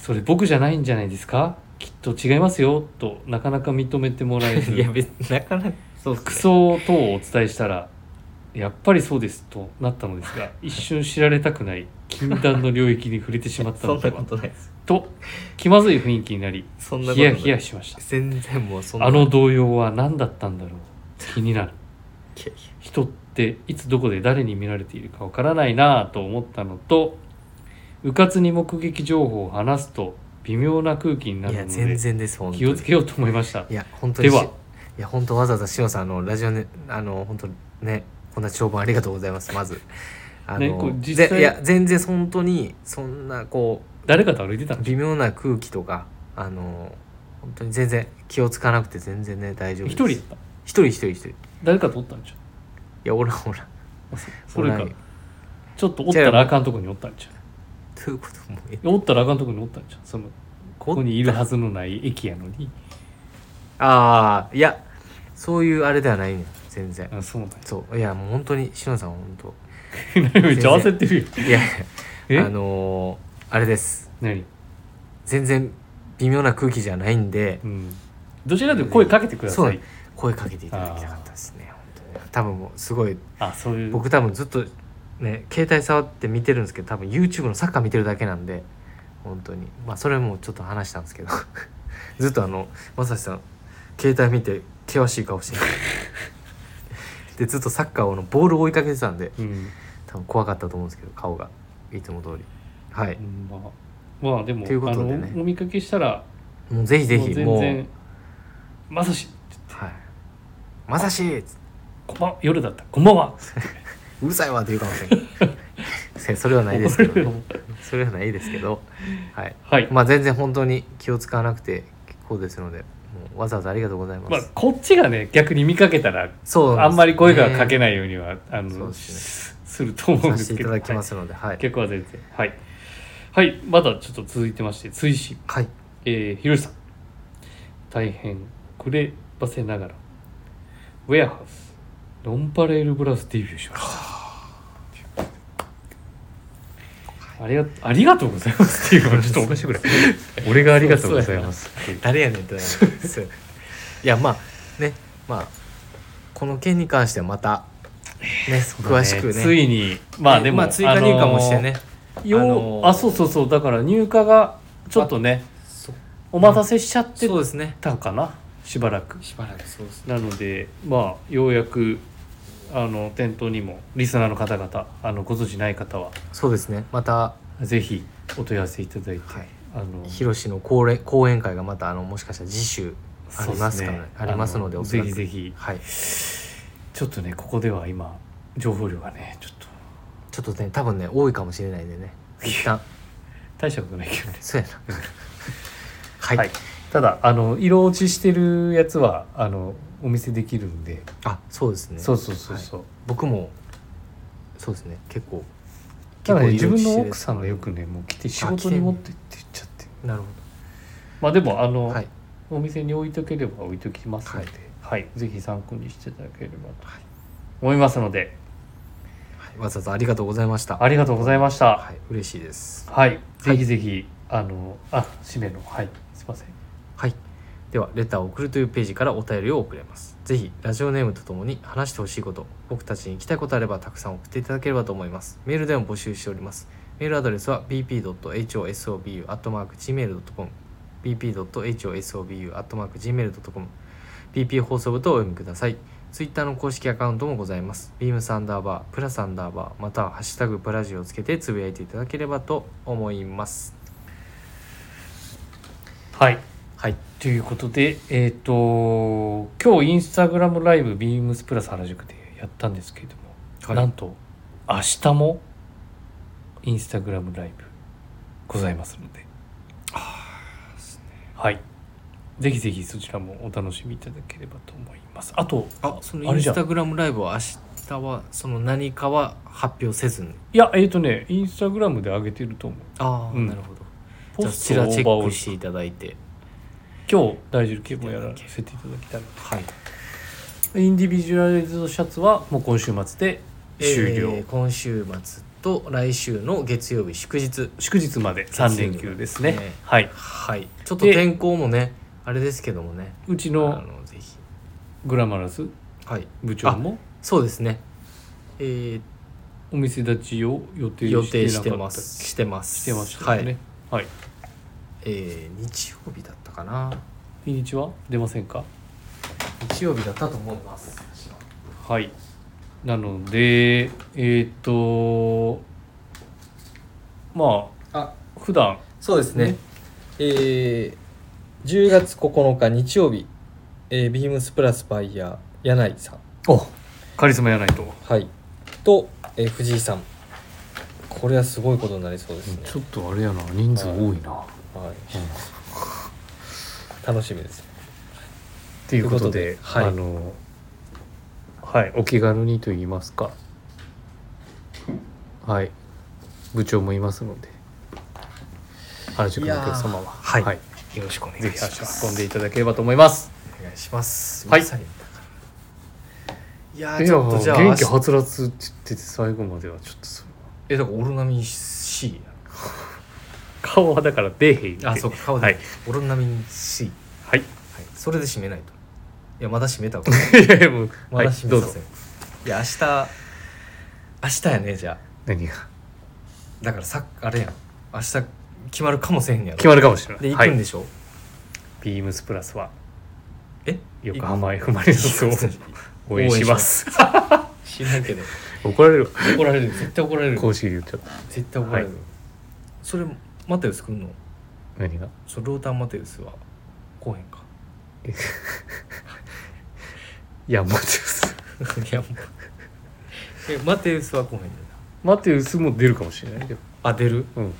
[SPEAKER 2] それ僕じゃないんじゃないですかきっと違いますよ、となかなか認めてもらえず。
[SPEAKER 1] いや、別になかなか。そう
[SPEAKER 2] 服
[SPEAKER 1] ですね。
[SPEAKER 2] 装等をお伝えしたらやっぱりそうですとなったのですが一瞬知られたくない禁断の領域に触れてしまった
[SPEAKER 1] そ
[SPEAKER 2] の
[SPEAKER 1] ん
[SPEAKER 2] で
[SPEAKER 1] なこ
[SPEAKER 2] は
[SPEAKER 1] とないです。
[SPEAKER 2] と気まずい雰囲気になり
[SPEAKER 1] そんなこと
[SPEAKER 2] ヒ
[SPEAKER 1] な
[SPEAKER 2] ヤ
[SPEAKER 1] い。
[SPEAKER 2] ヒヤしました
[SPEAKER 1] 全然もうそんな。
[SPEAKER 2] あの
[SPEAKER 1] い
[SPEAKER 2] 動揺は何だったんだろう気になる
[SPEAKER 1] やいや
[SPEAKER 2] 人っていつどこで誰に見られているかわからないなぁと思ったのとうかつに目撃情報を話すと微妙な空気にないる
[SPEAKER 1] や、
[SPEAKER 2] の
[SPEAKER 1] 全
[SPEAKER 2] で
[SPEAKER 1] 然です。本当に
[SPEAKER 2] 気をつけようと思いました
[SPEAKER 1] いや、本当にし。
[SPEAKER 2] ではい
[SPEAKER 1] や、本当わざわざしのさん、あの、ラジオね、あの、本当ね、こんな長文ありがとうございます。まず。あの、
[SPEAKER 2] ねこう実際
[SPEAKER 1] ぜいや、全然本当に、そんな、こう。
[SPEAKER 2] 誰かと歩いてたん
[SPEAKER 1] 微妙な空気とかあの本当に全然気をつかなくて全然ね大丈夫
[SPEAKER 2] 一
[SPEAKER 1] です
[SPEAKER 2] 人だった
[SPEAKER 1] 一人一人一人い
[SPEAKER 2] 誰かとおったんじゃん
[SPEAKER 1] やおらんおらん
[SPEAKER 2] あそそれ
[SPEAKER 1] おら
[SPEAKER 2] か
[SPEAKER 1] んよ
[SPEAKER 2] ちょっとおったらあかんとこにおったんちゃ
[SPEAKER 1] ということもえ
[SPEAKER 2] うおったらあかんとこにおったんちゃうその
[SPEAKER 1] こ
[SPEAKER 2] ここにいるはずのない駅やのに
[SPEAKER 1] ああいやそういうあれではないね全然
[SPEAKER 2] あ そうなんや
[SPEAKER 1] そういやもう本当にしのさん本
[SPEAKER 2] 何めっちゃ焦ってるよ
[SPEAKER 1] 当いや
[SPEAKER 2] え
[SPEAKER 1] あのーあれです
[SPEAKER 2] 何
[SPEAKER 1] 全然微妙な空気じゃないんで
[SPEAKER 2] うんどちらでも声かけてくだ
[SPEAKER 1] そう
[SPEAKER 2] さ、
[SPEAKER 1] ないん声かけていただきたかったですね本当に多分もうすごい
[SPEAKER 2] あそういう
[SPEAKER 1] 僕多分ずっとね携帯触って見てるんですけど多分 YouTube のサッカー見てるだけなんで本当にまあそれもちょっと話したんですけど ずっとあのまさしさん携帯見て険しい 顔してるでずっとサッカーをあのボールを追いかけてたんで
[SPEAKER 2] うん、
[SPEAKER 1] 多分怖かったと思うんですけど顔がいつも通りはい
[SPEAKER 2] うんまあまあでも
[SPEAKER 1] ということでね
[SPEAKER 2] あのお見かけしたら
[SPEAKER 1] もうぜひぜひ
[SPEAKER 2] も
[SPEAKER 1] も
[SPEAKER 2] う
[SPEAKER 1] う
[SPEAKER 2] 全然まさし
[SPEAKER 1] はいまさしっつって
[SPEAKER 2] こんばん夜だったこんばんは
[SPEAKER 1] うるさいわって言うかもしれないそれはないですけど、ね、それはないですけどはい
[SPEAKER 2] はい、ま
[SPEAKER 1] まあ全然本当に気を使わなくて結構ですので、もうわざわざありがとうございます。
[SPEAKER 2] あ、こっちがね逆に見かけたら
[SPEAKER 1] そう
[SPEAKER 2] あんまり声がかけ
[SPEAKER 1] ない
[SPEAKER 2] ないようには、あ
[SPEAKER 1] そう
[SPEAKER 2] の,、
[SPEAKER 1] です
[SPEAKER 2] ると思うん
[SPEAKER 1] さ
[SPEAKER 2] です
[SPEAKER 1] せて
[SPEAKER 2] け
[SPEAKER 1] いた
[SPEAKER 2] ど、
[SPEAKER 1] だきますすので、はい。
[SPEAKER 2] はい結構は全然はい、はい、まだちょっと続いてまして追試
[SPEAKER 1] はい。
[SPEAKER 2] えー、ひろしさん大変くればせながらウェアハウスノンパレールブラウスデビューしましたありがありがとうございますって いうのはちょっとおかしいぐらい俺がありがとうございますっていう
[SPEAKER 1] 誰やねんってなりますいやまあねまあこの件に関してはまたね 詳しくね。
[SPEAKER 2] ついにまあでも、
[SPEAKER 1] まあ追加入荷もしてね。
[SPEAKER 2] よう
[SPEAKER 1] あのー
[SPEAKER 2] あそうそうそうだから入荷がちょっとね
[SPEAKER 1] そ
[SPEAKER 2] お待たせしちゃって
[SPEAKER 1] そうですね。
[SPEAKER 2] たかなしばらく
[SPEAKER 1] しばらくそうですね。
[SPEAKER 2] なのでまあようやくあの店頭にもリスナーの方々あのご存知ない方は
[SPEAKER 1] そうですね。また
[SPEAKER 2] ぜひお問い合わせいただいて、
[SPEAKER 1] はい。
[SPEAKER 2] あの
[SPEAKER 1] ヒロシの講演講演会がまたあのもしかしたら次週ありますからね
[SPEAKER 2] そうで
[SPEAKER 1] ありますので
[SPEAKER 2] あ
[SPEAKER 1] おそ
[SPEAKER 2] ぜ
[SPEAKER 1] らく
[SPEAKER 2] ひぜひ
[SPEAKER 1] はい。
[SPEAKER 2] ちょっとねここでは今情報量がねちょっと
[SPEAKER 1] ちょっとね多分ね多いかもしれないんでね一旦
[SPEAKER 2] 大したことない けどね
[SPEAKER 1] そうやなはい、
[SPEAKER 2] はいただあの色落ちしてるやつはあのお見せできるんで、
[SPEAKER 1] あそうですね
[SPEAKER 2] そうそうそうそう、
[SPEAKER 1] 僕もそうですね結構
[SPEAKER 2] ただね自
[SPEAKER 1] 色
[SPEAKER 2] 分の
[SPEAKER 1] 々してる
[SPEAKER 2] 奥さんがよくねもう来て仕事に持ってって言っちゃって
[SPEAKER 1] なるほ
[SPEAKER 2] まあでもあの、
[SPEAKER 1] どはい
[SPEAKER 2] お店に置いとければ置いときますので、はいぜひ参考にしていただければと
[SPEAKER 1] はい
[SPEAKER 2] 思いますので
[SPEAKER 1] はいわざわざありがとうございました
[SPEAKER 2] ありがとうございました
[SPEAKER 1] はい嬉しいです
[SPEAKER 2] はい、ぜひぜひあのあ締めのはいすいません
[SPEAKER 1] はい。では、レターを送るというページからお便りを送れます。ぜひ、ラジオネームとともに話してほしいこと、僕たちに聞きたいことあれば、たくさん送っていただければと思います。メールでも募集しております。メールアドレスは bp.hosobu.gmail.com bp.hosobu.gmail.com bp 放送部とお読みください。ツイッターの公式アカウントもございます。ビームサンダーバー、プラサンダーバー、またはハッシュタグプラジオをつけてつぶやいていただければと思います。
[SPEAKER 2] はい
[SPEAKER 1] はい。
[SPEAKER 2] ということでえっ、と今日インスタグラムライブビームスプラス原宿でやったんですけれども、なんと明日もインスタグラムライブございますのではいぜひぜひそちらもお楽しみいただければと思いますあと
[SPEAKER 1] あその
[SPEAKER 2] あ
[SPEAKER 1] イ
[SPEAKER 2] れ
[SPEAKER 1] ン
[SPEAKER 2] じゃ
[SPEAKER 1] ス
[SPEAKER 2] ん
[SPEAKER 1] タグラムライブは明日はその何かは発表せずに
[SPEAKER 2] いやえっ、とねインスタグラムで上げてると思う
[SPEAKER 1] ああ、
[SPEAKER 2] うん
[SPEAKER 1] なるほどじゃ
[SPEAKER 2] ポ
[SPEAKER 1] あそ
[SPEAKER 2] ス
[SPEAKER 1] ち
[SPEAKER 2] トを
[SPEAKER 1] ら
[SPEAKER 2] オ
[SPEAKER 1] チェ
[SPEAKER 2] ーバー
[SPEAKER 1] ッ
[SPEAKER 2] オー
[SPEAKER 1] ク
[SPEAKER 2] ル
[SPEAKER 1] していただいて
[SPEAKER 2] 今日大丈夫系もやらせていただきたい
[SPEAKER 1] はい
[SPEAKER 2] インディビジュアライズドシャツはもう今週末で終了、
[SPEAKER 1] えー今週末と来週の月曜日祝日
[SPEAKER 2] 祝日まで3連休ですね
[SPEAKER 1] 月曜日ですね
[SPEAKER 2] はい
[SPEAKER 1] はいちょっと天候もねあれですけどもね
[SPEAKER 2] うち
[SPEAKER 1] あ
[SPEAKER 2] の
[SPEAKER 1] のぜひ
[SPEAKER 2] グラマラス
[SPEAKER 1] はい
[SPEAKER 2] 部長も
[SPEAKER 1] そうですねえー
[SPEAKER 2] お店立ちを予定
[SPEAKER 1] 予定
[SPEAKER 2] し
[SPEAKER 1] してて
[SPEAKER 2] なか
[SPEAKER 1] ま
[SPEAKER 2] った
[SPEAKER 1] すしてます
[SPEAKER 2] してましたよ
[SPEAKER 1] はい
[SPEAKER 2] ねはい、
[SPEAKER 1] えー日曜日だったかな
[SPEAKER 2] 日にちは出ませんか
[SPEAKER 1] 日曜日だったと思います
[SPEAKER 2] はいなのでえーっとま
[SPEAKER 1] あ
[SPEAKER 2] あ普段
[SPEAKER 1] そうですね
[SPEAKER 2] ね。
[SPEAKER 1] えー、10月9日日曜日、えー、ビームスプラスバイヤー柳井さん、
[SPEAKER 2] カリスマやないと
[SPEAKER 1] はい、と、えー藤井さん。これはすごいことになりそうですね。
[SPEAKER 2] ちょっとあれやな人数多いな、
[SPEAKER 1] はい、
[SPEAKER 2] うん
[SPEAKER 1] 楽しみです。
[SPEAKER 2] ということで
[SPEAKER 1] ということではい
[SPEAKER 2] あのはいお気軽にと言いますかはい部長もいますので原宿のお客様
[SPEAKER 1] い
[SPEAKER 2] は
[SPEAKER 1] やーはい
[SPEAKER 2] はい、
[SPEAKER 1] よろしくお願いし
[SPEAKER 2] ぜ
[SPEAKER 1] ま
[SPEAKER 2] ひ
[SPEAKER 1] す。
[SPEAKER 2] 足を運んでいただければと思います
[SPEAKER 1] お願いします。
[SPEAKER 2] はい
[SPEAKER 1] 皆さんだからいや
[SPEAKER 2] い
[SPEAKER 1] ー
[SPEAKER 2] や
[SPEAKER 1] ちょっとじゃあ
[SPEAKER 2] 元気
[SPEAKER 1] 明日
[SPEAKER 2] はつらつって言ってて最後まではちょっとそれ
[SPEAKER 1] えだからオルナミン C
[SPEAKER 2] 顔はだから出えへんって
[SPEAKER 1] やあそうか顔で、
[SPEAKER 2] はい、
[SPEAKER 1] オルナミン C、は
[SPEAKER 2] は
[SPEAKER 1] い、
[SPEAKER 2] い、
[SPEAKER 1] それで締めないといやまだ締めたわけ
[SPEAKER 2] いやい やもう、は
[SPEAKER 1] まだ
[SPEAKER 2] い
[SPEAKER 1] 締
[SPEAKER 2] ど
[SPEAKER 1] め
[SPEAKER 2] うぞ
[SPEAKER 1] させん、いや明日明日やねじゃあ
[SPEAKER 2] 何が
[SPEAKER 1] だからさあれやん明日決まるかもせんやろ
[SPEAKER 2] 決まるかもしれない
[SPEAKER 1] で行
[SPEAKER 2] は
[SPEAKER 1] くん
[SPEAKER 2] い、
[SPEAKER 1] でしょ、
[SPEAKER 2] ビームスプラスは
[SPEAKER 1] え
[SPEAKER 2] 横浜 F ・マリノ スを応援します
[SPEAKER 1] 知らんけど
[SPEAKER 2] 怒られる
[SPEAKER 1] 怒られる絶対怒られる
[SPEAKER 2] 公式言っちゃった
[SPEAKER 1] 絶対怒られる、
[SPEAKER 2] はい
[SPEAKER 1] それマテウス来んの
[SPEAKER 2] 何が
[SPEAKER 1] そのローターマテウスは来へんか
[SPEAKER 2] いやマテウ ス
[SPEAKER 1] いやもうえマテウスは来へんねんな
[SPEAKER 2] マテウスも出るかもしれないけど
[SPEAKER 1] あ出る
[SPEAKER 2] うん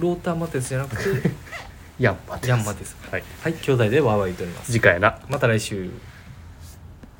[SPEAKER 1] ローターマテウスじゃなくて
[SPEAKER 2] ヤンマテウス
[SPEAKER 1] ヤンマテウス
[SPEAKER 2] はい
[SPEAKER 1] はい兄弟でワーワー言っております
[SPEAKER 2] 次回な
[SPEAKER 1] また来週